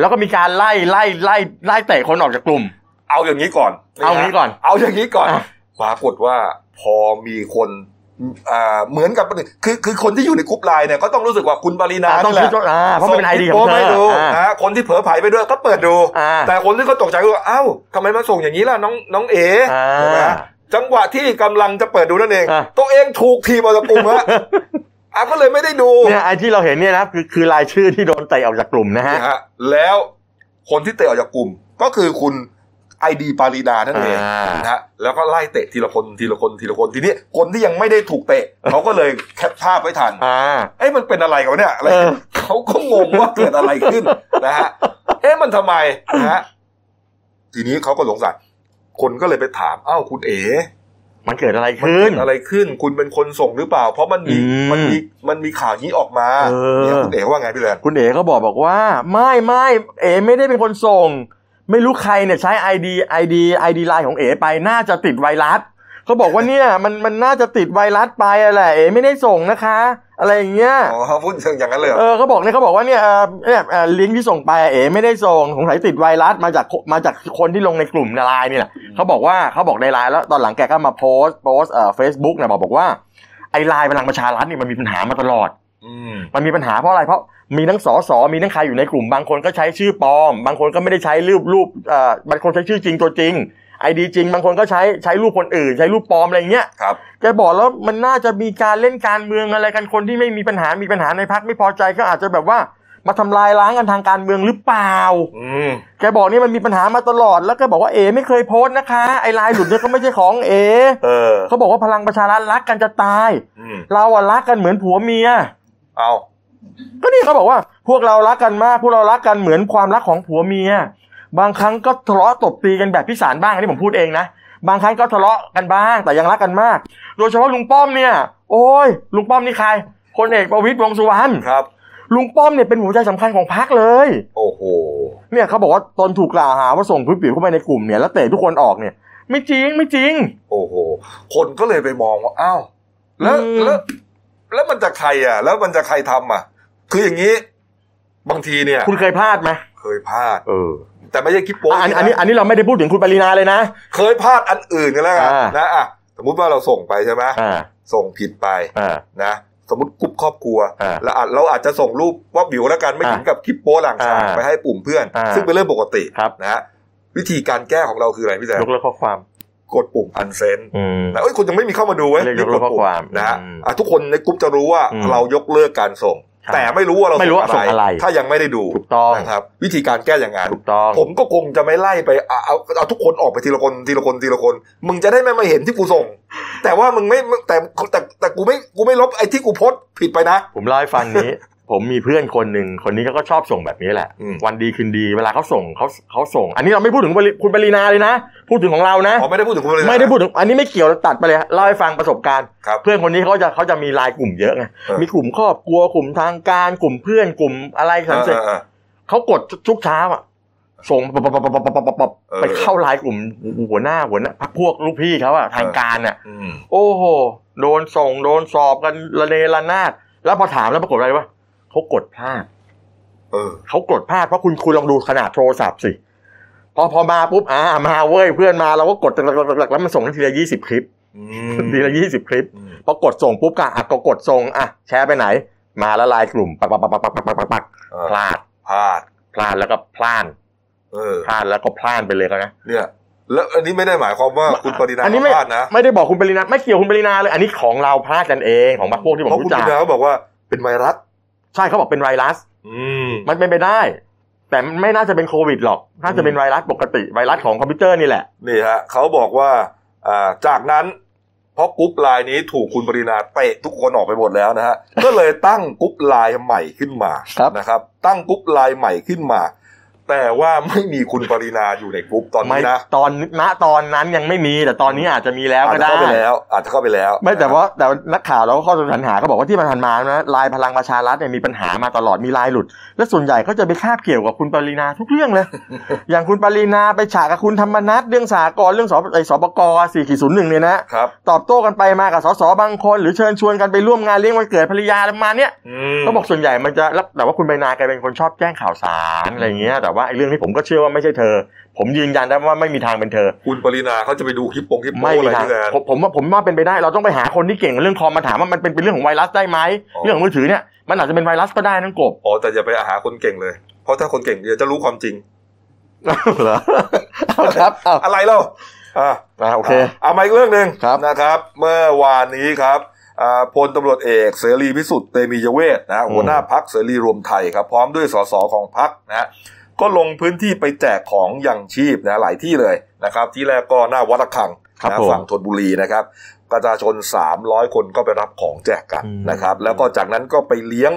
แล้วก็มีการไล่ไล่ไล่ไล่เตะคนออกจากกลุ่ม เอาอย่างนี้ก่อน เอาอย่างนี้ก่อน เอาอย่างนี้ก่อน อ่ะ ปรากฏว่าพอมีคนอ่าเหมือนกับคือคือคนที่อยู่ในกรุ๊ปไลน์เนี่ยก็ต้องรู้สึกว่าคุณปารีนา อ่ะต้อง นี่แห คิ ละ ดว่าอ่าเพราะมันเป็น ID ส่คลิป ขอ โป้ งเธ มาให้ดู ออ่า นะฮะคนที่เผลอไผลไปด้วยก็เปิดดู อ่า แต่คนที่เขาตกใจก็ว่าเอ้าทำไมมาส่งอย่างนี้ล่ะน้องน้องเอ๋ อ่า ใช่ไหมฮะจังหวะที่กำลังจะเปิดดูนั่นเอง อ่ะ ตัวเองถูกทีมออกจากกลุ่มฮะ อ่ะก็เลยไม่ได้ดู เนี่ยไอ้ที่เราเห็นเนี่ยนะครับคือคือรายชื่อที่โดนเตะออกจากกลุ่มนะฮะ นะฮะแล้วคนที่เตะออกจากกลุ่ม ก็คือคุณไอดีปารีนานั่นเอง อ่าน นะฮะแล้วก็ไล่เตะทีละคนทีละคนทีละคนทีนี้คนที่ยังไม่ได้ถูกเตะ เขาก็เลยแคปภาพไว้ทัน อ่า เอ้ยมันเป็นอะไรกันวะเนี่ยอะไร เออ เขาก็งงว่าเกิดอะไรขึ้น นะฮะ เอ๊ะมันทำไมนะฮะทีนี้เขาก็สงสัยคนก็เลยไปถาม อ้าวคุณเอ๋ มันเกิดอะไร มัน ขึ้ เกิ น ดอะไรขึ้น คุณเป็นคนส่งหรือเปล่า เพราะมันมี อืม มันมีมันมีข่าวนี้ออกมา เออ เนี่ยคุณเอ๋ว่าไงพี่แลน คุณเอ๋เขาบอกบอกว่า ไม่ไม่เอ๋ไม่ได้เป็นคนส่ง ไม่รู้ใครเนี่ยใช้ ID ID ID ไลน์ของเอ๋ไปน่าจะติดไวรัสเขาบอกว่า เนี่ยมันมันน่าจะติดไวรัสไปอะแหละเอ๋ไม่ได้ส่งนะคะ อะไรอย่างเงี้ย อ๋อเขาพูดเชิงอย่างนั้นเลยเหรอ เออเขาบอกเนี่ยเขาบอกว่าเนี่ยเอ่อเนี่ยเอ่อลิงก์ที่ส่งไปเอ๋ไม่ได้ส่งสงสัยติดไวรัสมาจากมาจากคนที่ลงในกลุ่มในไลน์นี่แหละเขาบอกว่าเขาบอกในไลน์แล้วตอนหลังแกก็มาโพสต์โพสต์เอ่อเฟซบุ๊กนะบอกบอกว่าไอ้ไลน์พลังประชารัฐนี่มันมีปัญหามาตลอด อืม มันมีปัญหาเพราะอะไรเพราะมีทั้งสอสอมีทั้งใครอยู่ในกลุ่มบางคนก็ใช้ชื่อปลอม บางคนก็ไม่ได้ใช้รูปรูปเอ่อบางคนใช้ชื่อจริงตัวจริงไอดีจริง บางคนก็ใช้ใช้รูปคนอื่น ใช้รูปปลอมอะไรอย่างเงี้ย ครับ แกบอกแล้วมันน่าจะมีการเล่นการเมืองอะไรกันคนที่ไม่มีปัญหา มีปัญหาในพักไม่พอใจก็อาจจะแบบว่ามาทำลายล้างกันทางการเมืองหรือเปล่า อืม แกบอกนี่มันมีปัญหามาตลอด แล้วแกบอกว่าเอไม่เคยโพสต์นะคะไอไลน์หลุดเนี่ยก็ไม่ใช่ของเอ เออ เขาบอกว่าพลังประชารัฐรักกันจะตาย อืม เราอะรักกันเหมือนผัวเมีย เอา ก็นี่เขาบอกว่าพวกเรารักกันมากพวกเรารักกันเหมือนความรักของผัวเมีย บางครั้งก็ทะเลาะตบตีกันแบบพิสารบ้างอันนี้ผมพูดเองนะบางครั้งก็ทะเลาะกันบ้าง แต่ยังรักกันมาก โดยเฉพาะลุงป้อมเนี่ย โอ้ยลุงป้อมนี่ใครพลเอกประวิตยวงษ์สุวรรณ ครับ ลุงป้อมเนี่ยเป็นหัวใจสำคัญของพรรคเลย โอ้โห เนี่ยเขาบอกว่าตนถูกกล่าวหาว่าส่งคลิปวิดีโอเข้าไปในกลุ่มเนี่ยแล้วเตะทุกคนออกเนี่ย ไม่จริงไม่จริง โอ้โหคนก็เลยไปมองว่าอ้าวแล้ว อืม แล้ว แล้วมันจะใครอ่ะ แล้วมันจะใครทำอ่ะ คืออย่างนี้ บางทีเนี่ย คุณเคยพลาดไหม เคยพลาด เออ แต่ไม่ใช่คลิปโป๊ะ อ่ะอันอันนี้ ะ อันนี้เราไม่ได้พูดถึงคุณปรินาเลยนะ เคยพลาดอันอื่นกันแล้วกัน อ่าน นะอ่ะสมมุติว่าเราส่งไปใช่ไหม อ่า ส่งผิดไป อ่า นะสมมติกรุ๊ปครอบครัว อ่า แล้วอาจเราอาจจะส่งรูปว่าบิวแล้วกันไม่ถึงกับคลิปโป๊ะหลังฉาก อ่า ไปให้ปุ่มเพื่อน อ่า ซึ่งเป็นเรื่องปกติ ครับ นะฮะวิธีการแก้ของเราคืออะไรพี่แจ๊ค ยกเลิกข้อความ กดปุ่มอันเซน อืม นะเอ้ยคนยังไม่มีเข้ามาดูเว้ย เรียกยกเลิกข้อความ นะฮะ อืม อ่ะทุกคนในกรุ๊ปจะรู้ว่า อืม เรายกเลิกการส่ง ครับ แต่ไม่รู้ว่าเรา ไม่รู้ว่าส่งอะไร ถ้ายังไม่ได้ดู ถูกต้อง นะครับ วิธีการแก้อย่างนั้น ถูกต้อง ผมก็คงจะไม่ไล่ไปเอาเอาเอาทุกคนออกไปทีละคนทีละคนทีละคน มึงจะได้ไม่มาเห็นที่กูส่ง แต่ว่ามึงไม่มึงแต่แต่แต่กูไม่กูไม่ลบไอ้ที่กูโพสต์ผิดไปนะ ผมเล่าให้ฟังนี้ ผมมีเพื่อนคนหนึ่งคนนี้เขาก็ชอบส่งแบบนี้แหละ อืม วันดีคืนดีเวลาเขาส่งเขาเขาส่ง อันนี้เราไม่พูดถึงคุณปรินาเลยนะ พูดถึงของเรานะ อ๋อไม่ได้พูดถึงคุณเลยนะ ไม่ได้พูดถึงอันนี้ไม่เกี่ยวตัดไปเลยฮะเล่าให้ฟังประสบการณ์ ครับ เพื่อนคนนี้เขาจะเขาจะมีไลายกลุ่มเยอะไง เออ มีกลุ่มครอบครัวกลุ่มทางการกลุ่มเพื่อนกลุ่มอะไรสันเสร็จ อ่า เขากดทุกเช้าอ่ะส่งปะปะปะปะปะปะปะปะ เออ ไปเข้าไลายกลุ่มหัวหน้าหัวหน้าพวกลูกพี่เขาอ่ะทาง เออ การอ่ะ ๆอืม โอ้โห โดนส่งโดนสอบกันระเนระนาด แล้วพอถามแล้วปรากฏอะไรวะเขากดพลาด เออ เขากดพลาดเพราะคุณคุณลองดูขนาดโทรศัพท์สิ พอพอมาปุ๊บอ่ามาเว้ยเพื่อนมาเราก็กดตักๆๆๆแล้วมันส่งทีละยี่สิบคลิป อื ทีละยี่สิบคลิป อืม พอกดส่งปุ๊บก็อ่ะก็กดส่งอ่ะแชร์ไปไหน มาแล้วไลน์กลุ่มปักปักปักปักปักปักปักปักปัก เออ พลาด พลาด พลาดแล้วก็พลาด เออ พลาดแล้วก็พลาดไปเลยก็นะ เนี่ย แล้วอันนี้ไม่ได้หมายความว่าคุณปรินา อันนี้ พลาดนะ ไม่ได้บอกคุณปรินาไม่เกี่ยวคุณปรินาเลย อันนี้ของเราพลาดกันเองของพวกที่ผ เพ ม ราะคุณ รู้ ป จัก รินาเขาบอกว่าเป็นไวรัส ใช่เขาบอกเป็นไวรัส อืม มันเป็นไปได้ แต่ไม่น่าจะเป็นโควิดหรอก น่าจะเป็นไวรัสปกติไวรัสของคอมพิวเตอร์นี่แหละ นี่ฮะเขาบอกว่าอ่าจากนั้นเพราะกรุ๊ปไลน์นี้ถูกคุณปรินาเตะทุกคนออกไปหมดแล้ว นะฮะ ก็เลยตั้งกรุ๊ปไลน์ใหม่ขึ้นมา ครับ นะครับ ตั้งกรุ๊ปไลน์ใหม่ขึ้นมา แต่ว่าไม่มีคุณปรินาอยู่ในกรุ๊ปตอน ไม่ นี้นะ ตอนณตอนนั้นยังไม่มี แต่ตอนนี้อาจจะมีแล้ว อาจจะก็ได้ เข้าไปแล้ว อาจจะเข้าไปแล้ว ไม่แต่ว่าแต่นักข่าวเราก็ข้อสงสัยหาก็บอกว่าที่ผ่านมานะลายพลังประชารัฐเนี่ยมีปัญหามาตลอดมีลายหลุด และส่วนใหญ่ก็จะไปคาบเกี่ยวกับคุณปรินาทุกเรื่องเลย อย่างคุณปรินาไปฉากกับคุณธรรมนัทเรื่องสากลเรื่องสไอสปกสี่ขีดศูนย์หนึ่งเนี่ยนะครับ ตอบโต้กันไปมากับสสบางคน หรือเชิญชวนกันไปร่วมงานเลี้ยงวันเกิดภรรยาอะไรประมาณเนี้ย อืม ก็บอกส่วนใหญ่มันจะแล้วแต่ว่าคุณใบนาแกเป็นคนชอบแจ้งข่าวสารอะไรเงี้ย แต่ว่าไอ้เรื่องที่ผมก็เชื่อว่าไม่ใช่เธอ ผมยืนยันได้ว่าไม่มีทางเป็นเธอ คุณปรินาเขาจะไปดูคลิปปงคลิปโป้ ไม่ อะไร มีทาง ที่แลนด์ ผมผมว่าผมว่าเป็นไปได้ เราต้องไปหาคนที่เก่งเรื่องคอมมาถามว่ามันเป็นเป็นเรื่องของไวรัสได้ไหม อ๋อ เรื่องของมือถือเนี่ยมันอาจจะเป็นไวรัสก็ได้นั่น กบ อ๋อแต่อย่าไปหาคนเก่งเลย เพราะถ้าคนเก่งเดี๋ยวจะรู้ความจริง เหรอเอาครับเอา อะไรเล่าอ่า อ่ะโอเค เอามาอีกเรื่องหนึ่ง ครับ นะครับ เมื่อวานนี้ครับอ่าพลตำรวจเอกเสรีพิสุทธิ์เตมียเวทนะหัวหน้าพักเสรีรวมไทยครับ พร้อมด้วยสสของพักนะก็ลงพื้นที่ไปแจกของยังชีพนะหลายที่เลยนะครับ ที่แรกก็หน้าวัดระฆัง ครับ นะ ผม ฝั่งธนบุรีนะครับประชาชน 300 คนก็ไปรับของแจกกัน อืม นะครับ แล้วก็จากนั้นก็ไปเลี้ยง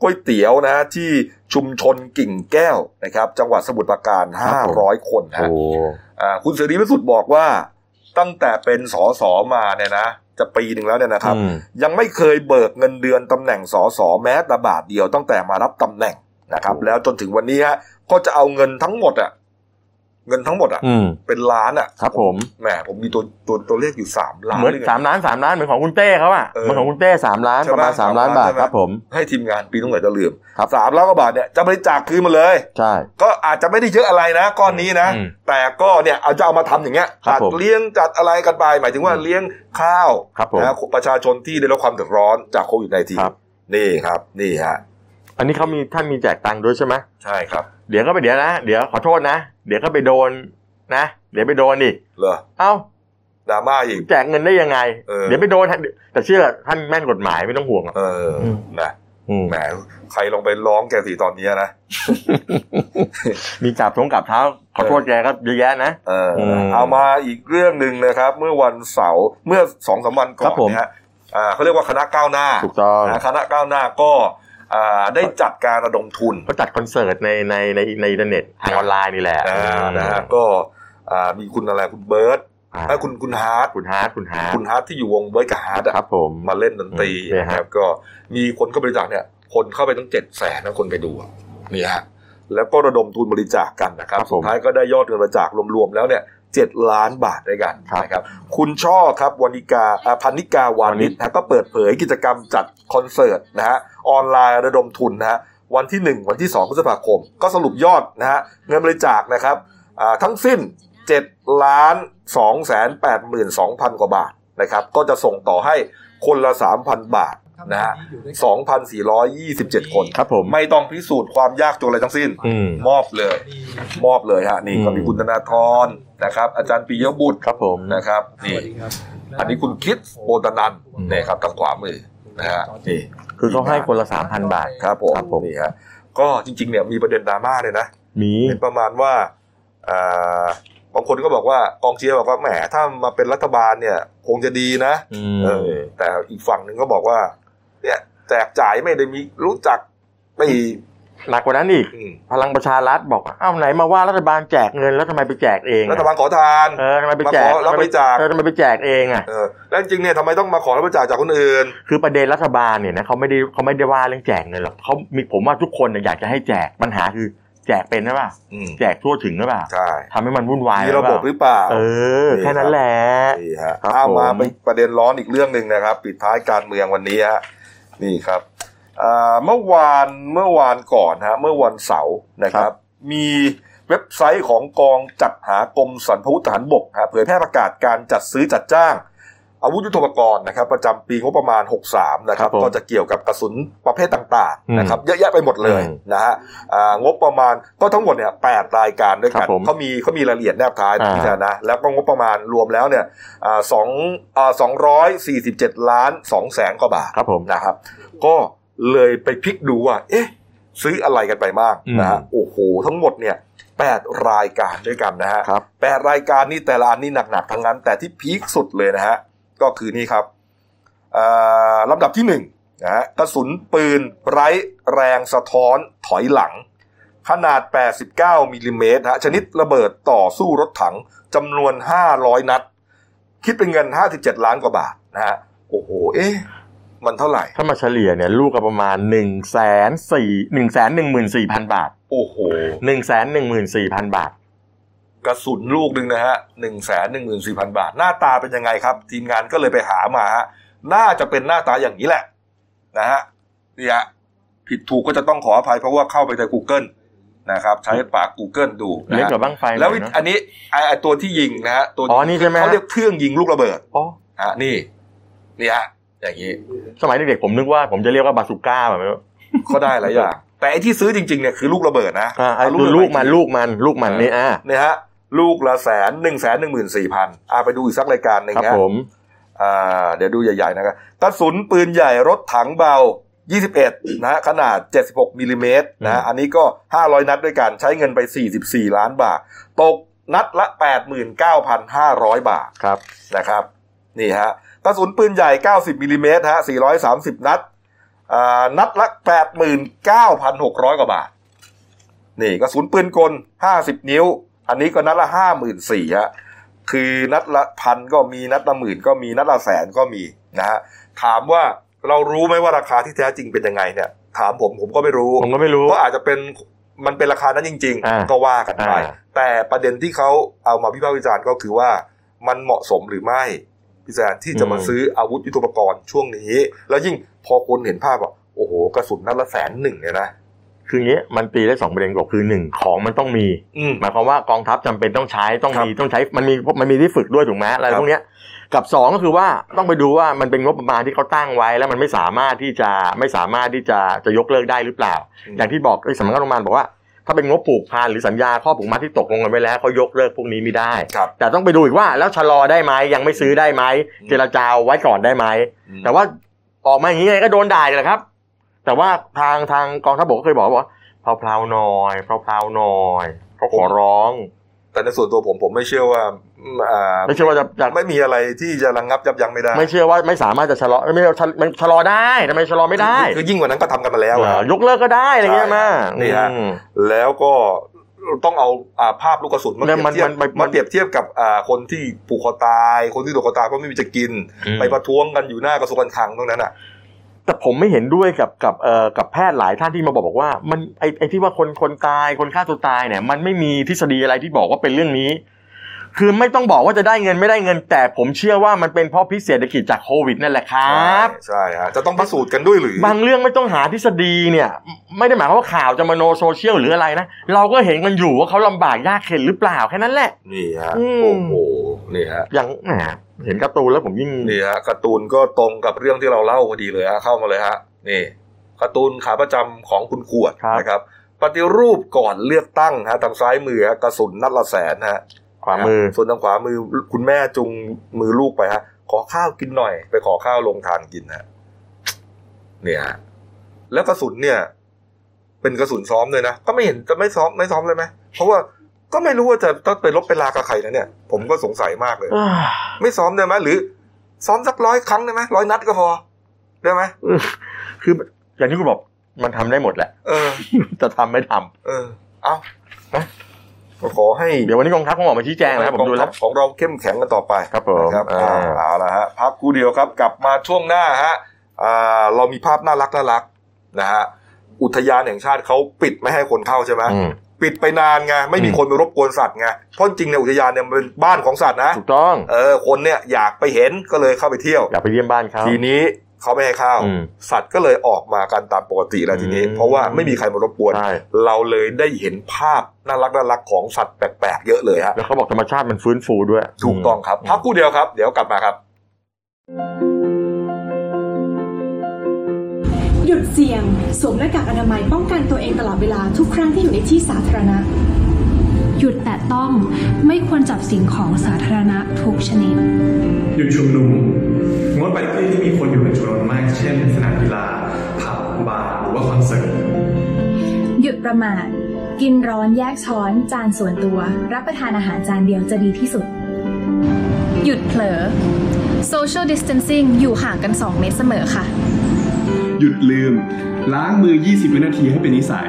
ก๋วยเตี๋ยวนะที่ชุมชนกิ่งแก้วนะครับ จังหวัดสมุทรปราการ 500 คนนะฮะ โอ้ อ่าคุณเสรีพิสุทธิ์บอกว่าตั้งแต่เป็นสอสอมาเนี่ยนะ จะปีหนึ่งแล้วเนี่ยนะครับ ยังไม่เคยเบิกเงินเดือนตำแหน่งสอสอแม้แต่บาทเดียวตั้งแต่มารับตำแหน่งนะครับ โอ้ แล้วจนถึงวันนี้ฮะก็จะเอาเงินทั้งหมดอะเงินทั้งหมดอะ อืม เป็นล้านอะ ครับผม แหมผมมีตัวตัวตัวเลขอยู่สามล้าน เหมือน ด้วยไง สามล้านสามล้านเหมือนของคุณเต้เขาอ่ะ เออ เหมือนของคุณเต้สามล้าน ใช่ไหม ประมาณสามล้านบาท ใช่ไหม ครับผม ให้ทีมงานปีต้องไหนจะลืม ครับ สามล้านกว่าบาทเนี่ยจะบริจาคคืนมาเลย ใช่ ก็อาจจะไม่ได้เยอะอะไรนะก้อนนี้นะ อืม แต่ก็เนี่ยเอาจะเอามาทำอย่างเงี้ย ครัจับด ผม เลี้ยงจัดอะไรกันไป หมายถึงว่า อืม เลี้ยงข้าว ครับผม นะประชาชนที่ได้รับความเดือดร้อนจากโควิดในที ครับ นี่ครับ นี่ฮะ อันนี้เขามีท่านมีแจกตังค์ด้วยใช่ไหม ใช่ครับ เดี๋ยวก็ไปเดี๋ยวนะ เดี๋ยวขอโทษนะ เดี๋ยวก็ไปโดนนะ เดี๋ยวไปโดนอีก เหรอ เอ้า ดราม่าอีก แจกเงินได้ยังไง เออ เดี๋ยวไปโดนแต่เชื่อท่านแม่นกฎหมายไม่ต้องห่วงหรอก เอออ ม นะ อืม แหมใครลองไปร้องแกสิตอนเนี้ยนะ มีกราบทงกราบเท้า ขอโทษแกก็เยอะแยะนะ เอออ ม เอามาอีกเรื่องหนึ่งนะครับ เมื่อวันเสาร์เมื่อสองสามวันก่ ครั อน บผม นะฮะอ่าเขาเรียกว่าคณะก้าวหน้า ถูกต้อง นะคณะก้าวหน้าก็อ่าได้จัดการระดมทุน ก็จัดคอนเสิร์ตในในในในอินเทอร์เน็ตทางออนไลน์นี่แหละ อ่านะฮะ ก็ ก็อ่ามีคุณอะไรคุณเบิร์ตเอ้ยคุณคุณฮาร์ด คุณฮาร์ดคุณฮาร์ด คุณฮาร์ดที่อยู่วงเบิร์ตกับฮาร์ดอะ ครับผม มาเล่นดนตรี อืมเนี่ย นะ ฮะ ครับก็มีคนเข้าบริจาคเนี่ย คนเข้าไปตั้งเจ็ดแสนนะคนไปดูอะนี่ฮะแล้วก็ระดมทุนบริจาคกันนะครับ ครับผม สุดท้ายก็ได้ยอดเงินบริจาครวมๆแล้วเนี่ยเจ็ดล้านบาทด้วยกัน ครับ นะครับ คุณช่อครับวานิกาอ่าพันนิกาวานิชนะฮะก็เปิดเผยกิจกรรมจัดคอนเสิร์ตนะฮะออนไลน์ระดมทุนนะฮะวันที่หนึ่งวันที่สองพฤษภาคม ก็สรุปยอดนะฮะเงินบริจาคนะครับ อ่าทั้งสิ้น7ล้าน2แสน8หมื่น2พันกว่าบาทนะครับ ก็จะส่งต่อให้คนละ 3,000 บาทนะฮะ2,427 คน ครับผม ไม่ต้องพิสูจน์ความยากจนอะไรทั้งสิ้น อืม มอบเลย มอบเลยฮะนี่ อืม ก็มีคุณธนาธรนะครับ อาจารย์ปิยบุตร ครับผม นะครับนี่อันนี้คุณคิดโบตนันเนี่ยครับทางขวามือนะฮะนี่ คือเขาให้คนละสามพันบาท ครับผม ครับผม นี่ฮะก็จริงๆเนี่ยมีประเด็นดราม่าเลยนะ มี เป็นประมาณว่าอ่าบางคนก็บอกว่ากองเชียร์บอกว่าแหมถ้ามาเป็นรัฐบาลเนี่ย คงจะดีนะ อืม เออแต่อีกฝั่งหนึ่งก็บอกว่า เนี่ยแจกจ่ายไม่ได้มีรู้จัก ไป หนักกว่านั้นอีก อืม พลังประชารัฐบอกอ้าวไหนมาว่ารัฐบาลแจกเงินแล้วทำไมไปแจกเองอะ รัฐบาลขอทาน เออทำไมไปแจก มาขอรับบริจาค เออทำไมไปแจกเองอ่ะ เออแล้วจริงๆเนี่ยทำไมต้องมาขอรับบริจาคจากคนอื่น คือประเด็นรัฐบาลเนี่ยนะเขาไม่ได้เขาไม่ได้ว่าเรื่องแจกเงินหรอกเขามีผมว่าทุกคนเนี่ยอยากจะให้แจกปัญหาคือแจกเป็นหรือเปล่า อืม แจกทั่วถึงหรือเปล่า ใช่ ทำให้มันวุ่นวาย มีระบบหรือเปล่า เออ แค่นั้นแหละ นี่ฮะ ครับ เอามา ผม เป็นประเด็นร้อนอีกเรื่องหนึ่งนะครับ ปิดท้ายการเมืองวันนี้ฮะนี่ครับอ่าเมื่อวานเมื่อวานก่อนฮะเมื่อวันเสาร์นะครับ มีเว็บไซต์ของกองจัดหากรมสรรพาวุธทหารบกฮะเผยแพร่ประกาศการจัดซื้อจัดจ้าง อาวุธยุทโธปกรณ์นะครับ ประจำปีงบประมาณ 63 นะครับ ครับผม ก็จะเกี่ยวกับกระสุนประเภทต่าง อืม ๆนะครับเยอะแยะไปหมดเลย อืม นะฮะอ่างบประมาณก็ทั้งหมดเนี่ยแปดรายการด้วยกั ครั น บผม เขามีเขามีรายละเอียดแนบท้าย อ่า ที่จะ นะแล้วก็งบประมาณรวมแล้วเนี่ยอ่าสองอ่าสองร้อยสี่สิบเจ็ดล้านสองแสนกว่าบาท ครับผม นะครับ ก็เลยไปพลิกดูว่า เอ๊ะ ซื้ออะไรกันไปบ้าง อืม นะฮะโอ้โห ทั้งหมดเนี่ยแปดรายการด้วยกันนะฮะ ครับ แปดรายการนี่แต่ละอันนี่หนักๆทั้งนั้น แต่ที่พีคสุดเลยนะฮะ ก็คือนี่ครับอ่าลำดับที่หนึ่งนะฮะกระสุนปืนไร้แรงสะท้อนถอยหลัง ขนาด 89มิลลิเมตรฮะชนิดระเบิดต่อสู้รถถังจำนวน 500 นัด คิดเป็นเงิน 57 ล้านกว่าบาทนะฮะโอ้โห เอ๊ะ มันเท่าไหร่ ถ้ามาเฉลี่ยเนี่ยลูกก็ประมาณ1นึ่งแสนสี่หนึ่งแสนหนึ่งหมื่นสี่พันบาท โอ้โห 1นึ่งแสนหนึ่งหมื่นสี่พันบาท กระสุนลูกหนึ่งนะฮะหนึ่งแสนหนึ่งหมื่นสี่พันบาท หน้าตาเป็นยังไงครับ ทีมงานก็เลยไปหามาฮะน่าจะเป็นหน้าตาอย่างนี้แหละ นะฮะนี่ฮะผิดถูกก็จะต้องขออภัยเพราะว่าเข้าไปใน Google นะครับ ใช้ปาก Google ดูนะ เล็ก ฮะ กว่าบ้างไฟ แล้ว หน่ วิ อยเนอะ อันนี้ไอ้ไอ้ตัวที่ยิงนะฮะตัว อ๋อนี่ใช่ไหมฮะ เขาเรียกเครื่องยิงลูกระเบิด อ๋อ ฮะนี่นี่ฮะอย่างนี้ สมัยเด็กๆผมนึกว่าผมจะเรียกว่าบาสุก้าแบบนี้ ก็ได้หลาย อย่างแต่ไอ้ที่ซื้อจริงๆเนี่ยคือลูกระเบิดนะ อ่าไอ้ เอ ดู ระเบิด ลูกมันลูกมันลูกมันนี่อ่า เนี่ยฮะลูกละแสนหนึ่งแสนหนึ่งหมื่นสี่พันอ่าไปดูอีกสักรายการหนึ่ง ครับ ฮะ ผม อ่าเดี๋ยวดูใหญ่ๆนะครับกระสุนปืนใหญ่รถถังเบา 21 นะฮะขนาด 76มิลลิเมตรนะฮะอันนี้ก็ 500 นัดด้วยกันใช้เงินไป 44 ล้านบาท ตกนัดละ 89,500 บาท ครับ นะครับนี่ฮะกระสุนปืนใหญ่ 90มิลลิเมตรฮะ430 นัดอ่านัดละ 89,600 กว่าบาท นี่กระสุนปืนกล 50 นิ้ว อันนี้ก็นัดละ 54,000ฮะ คือนัดละพันก็มีนัดละหมื่นก็มีนัดละแสนก็มีนะฮะถามว่าเรารู้ไหมว่าราคาที่แท้จริงเป็นยังไงเนี่ย ถามผมผมก็ไม่รู้ ผมก็ไม่รู้ ก็อาจจะเป็นมันเป็นราคานั้นจริง อ่า ๆ ก็ว่ากันไป อ่า แต่ประเด็นที่เขาเอามาพิพากษาวิจารณ์ก็คือว่ามันเหมาะสมหรือไม่พี่แซนที่จะมาซื้ออาวุธยุทโธปกรณ์ช่วงนี้ แล้วยิ่งพอคนเห็นภาพว่าโอ้โหกระสุนนัดละแสนหนึ่งเนี่ยนะ คืออย่างนี้มันตีได้สองประเด็นกบคือหนึ่งของมันต้องมี อืม หมายความว่ากองทัพจำเป็นต้องใช้ต้องมี ครับ ต้องใช้มันมีมันมีที่ฝึกด้วยถูกไหมอะไร ครับ พวกเนี้ยกับสองก็คือว่าต้องไปดูว่ามันเป็นงบประมาณที่เขาตั้งไว้ แล้วมันไม่สามารถที่จะไม่สามารถที่จะจะยกเลิกได้หรือเปล่า อย่างที่บอกไอ้สำนักงบประมาณบอกว่า ถ้าเป็นงบผูกพันหรือสัญญาข้อผูกมัดที่ตกลงกันไว้แล้วเขายกเลิกพวกนี้ไม่ได้ ครับ แต่ต้องไปดูอีกว่าแล้วชะลอได้ไหมยังไม่ซื้อได้ไหมเจรจาไว้ก่อนได้ไหม แต่ว่าออกมาอย่างนี้ไงก็โดนด่าอีกแหละครับ แต่ว่าทางทางกองทัพบกก็เคยบอกว่าเพลาๆหน่อยเพลาๆหน่อยเขาขอร้อง แต่ในส่วนตัวผมผมไม่เชื่อว่าอืมอ่า ไม่เชื่อว่าจะจะ ไม่มีอะไรที่จะระงงับยับยั้งไม่ได้ ไม่เชื่อว่าไม่สามารถจะชะลอไม่ชะมันชะลอได้ทำไมชะลอไม่ได้ คือคือยิ่งกว่านั้นก็ทำกันมาแล้ว เอ อะ อยกเลิกก็ได้อะไรเงี้ยมา นี่ฮะ อืม แล้วก็ต้องเอาอ่าภาพลูกกระสุนมาเป แล้ รี วย บ มัน เทียบ มันมัน มาเปรียบเทียบกับอ่าคนที่ผูกคอตาย คนที่ถูกคอตายเพราะไม่มีจะกิน ไปประท้วงกันอยู่หน้ากระทรวงการคลังตรงนั้นอ่ะ แต่ผมไม่เห็นด้วยกับกับเอ่อกับแพทย์หลายท่านที่มาบอกบอกว่า มันไอไอที่ว่าคนคนตายคนฆ่าตัวตายเนี่ยมันไม่มีทฤษฎีอะไรที่บอกว่าเป็นเรื่องนี้ คือไม่ต้องบอกว่าจะได้เงินไม่ได้เงิน แต่ผมเชื่อว่ามันเป็นเพราะพิษเศรษฐกิจจากโควิดนั่นแหละครับ ใช่ฮะจะต้องพิสูจน์กันด้วยหรือ บางเรื่องไม่ต้องหาทฤษฎีเนี่ย ไม่ได้หมายความว่าข่าวจะมโนโซเชียลหรืออะไรนะ เราก็เห็นกันอยู่ว่าเขาลำบากยากเข็นหรือเปล่าแค่นั้นแหละ นี่ฮะ อืม โอ้โหนี่ฮะ อย่างแหมเห็นการ์ตูนแล้วผมยิ่ง นี่ฮะการ์ตูนก็ตรงกับเรื่องที่เราเล่าพอดีเลยฮะเข้ามาเลยฮะนี่การ์ตูนขาประจำของคุณขวดนะครับ ปฏิรูปก่อนเลือกตั้งฮะทางซ้ายมือฮะกระสุนนัดละแสนฮะ ขวามือ ส่วนทางขวามือคุณแม่จุงมือลูกไปฮะ ขอข้าวกินหน่อย ไปขอข้าวลงทานกินฮะเนี่ยฮะแล้วกระสุนเนี่ย เป็นกระสุนซ้อมเลยนะก็ไม่เห็นจะไม่ซ้อมไม่ซ้อมเลยไหมเพราะว่าก็ไม่รู้ว่าจะต้องไปลบไปลากับใครนะเนี่ย ผมก็สงสัยมากเลย เอ้ย ไม่ซ้อมได้ไหมหรือ ซ้อมสักร้อยครั้งได้ไหมร้อยนัดก็พอได้ไหม คืออย่างที่คุณบอก มันทำได้หมดแหละ เออ จะทำไม่ทำ เออ เอานะก็ขอให้ เดี๋ยววันนี้กองทัพคงออกมาชี้แจงนะครับผมดูกองแล้วทัพของเราเข้มแข็งกันต่อไป ครับผม นะครับ อ่า อ่าเอาละฮะพักกูเดียวครับ กลับมาช่วงหน้าฮะอ่าเรามีภาพน่ารักน่ารักนะฮะอุทยานแห่งชาติเขาปิดไม่ให้คนเข้าใช่ไหม อืม ปิดไปนานไงไม่มี อืม คนไปรบกวนสัตว์ไงเพราะจริงในยอุทยานเนี่ยมันเป็นบ้านของสัตว์นะ ถูกต้อง เออคนเนี่ยอยากไปเห็นก็เลยเข้าไปเที่ยว อยากไปเยี่ยมบ้านเขา ทีนี้เขาไม่ให้เข้า อืม สัตว์ก็เลยออกมากันตามปกติแล้วทีนี้ อืม เพราะว่าไม่มีใครมารบกวน ใช่ เราเลยได้เห็นภาพน่ารักน่ารักของสัตว์แปลกๆ เยอะเลยฮะ แล้วเขาบอกธรรมชาติมันฟื้นฟูด้วย ถูกต้องครับพักกูเดียวครับ เดี๋ยวกลับมาครับ หยุดเสี่ยง สวมหน้ากากอนามัยป้องกันตัวเองตลอดเวลาทุกครั้งที่อยู่ในที่สาธารณะ หยุดแตะต้องไม่ควรจับสิ่งของสาธารณะทุกชนิด หยุดชุมนุมงดไปที่ที่มีคนอยู่เป็นจำนวนมาก เช่น สนามกีฬาผับบาร์หรือว่าคอนเสิร์ต หยุดประมาท กินร้อนแยกช้อน จานส่วนตัว รับประทานอาหารจานเดียวจะดีที่สุด หยุดเผลอ social distancing อยู่ห่างกัน 2 เมตรเสมอค่ะ หยุดลืม ล้างมือ 20 วินาทีให้เป็นนิสัย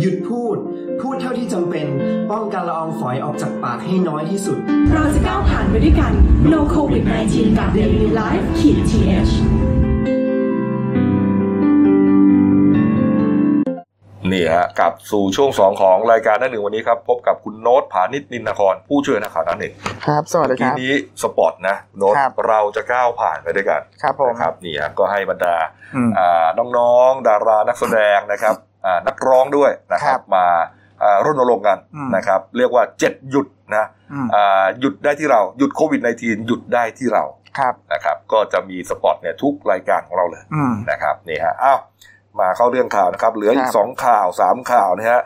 หยุดพูด พูดเท่าที่จำเป็น ป้องกันละอองฝอยออกจากปากให้น้อยที่สุด เราจะก้าวผ่านไปด้วยกัน No COVID 19กับ Daily Life ขีด th นี่ฮะกลับสู่ช่วงสองของรายการหนั่นหนึ่งวันนี้ครับ พบกับคุณโน้ตผานิชนินนคร ผู้ช่วยนักข่าวหนั่นเอง ครับสวัสดีค ที รับ นี้สปอร์ตนะโน้ต ครับ เราจะก้าวผ่านไปด้วยกัน ครับผม นะครับนี่ฮะก็ให้บรรดา อืม อ่าน้องๆ ดารานักแสดงนะครับอ่านักร้องด้วยนะครั ครับ บ มาอ่ารณรงค์กัน อืม นะครับ เรียกว่าเจ็ดหยุดนะ อืม อ่าหยุดได้ที่เราหยุดโควิด -19 หยุดได้ที่เรา ครับ นะครับก็จะมีสปอตเนี่ยทุกรายการของเราเลย อืม นะครับนี่ฮะอ้าวมาเข้าเรื่องข่าวนะครับเหลืออี ค ก รับ สองข่าวสามข่าวนะฮะ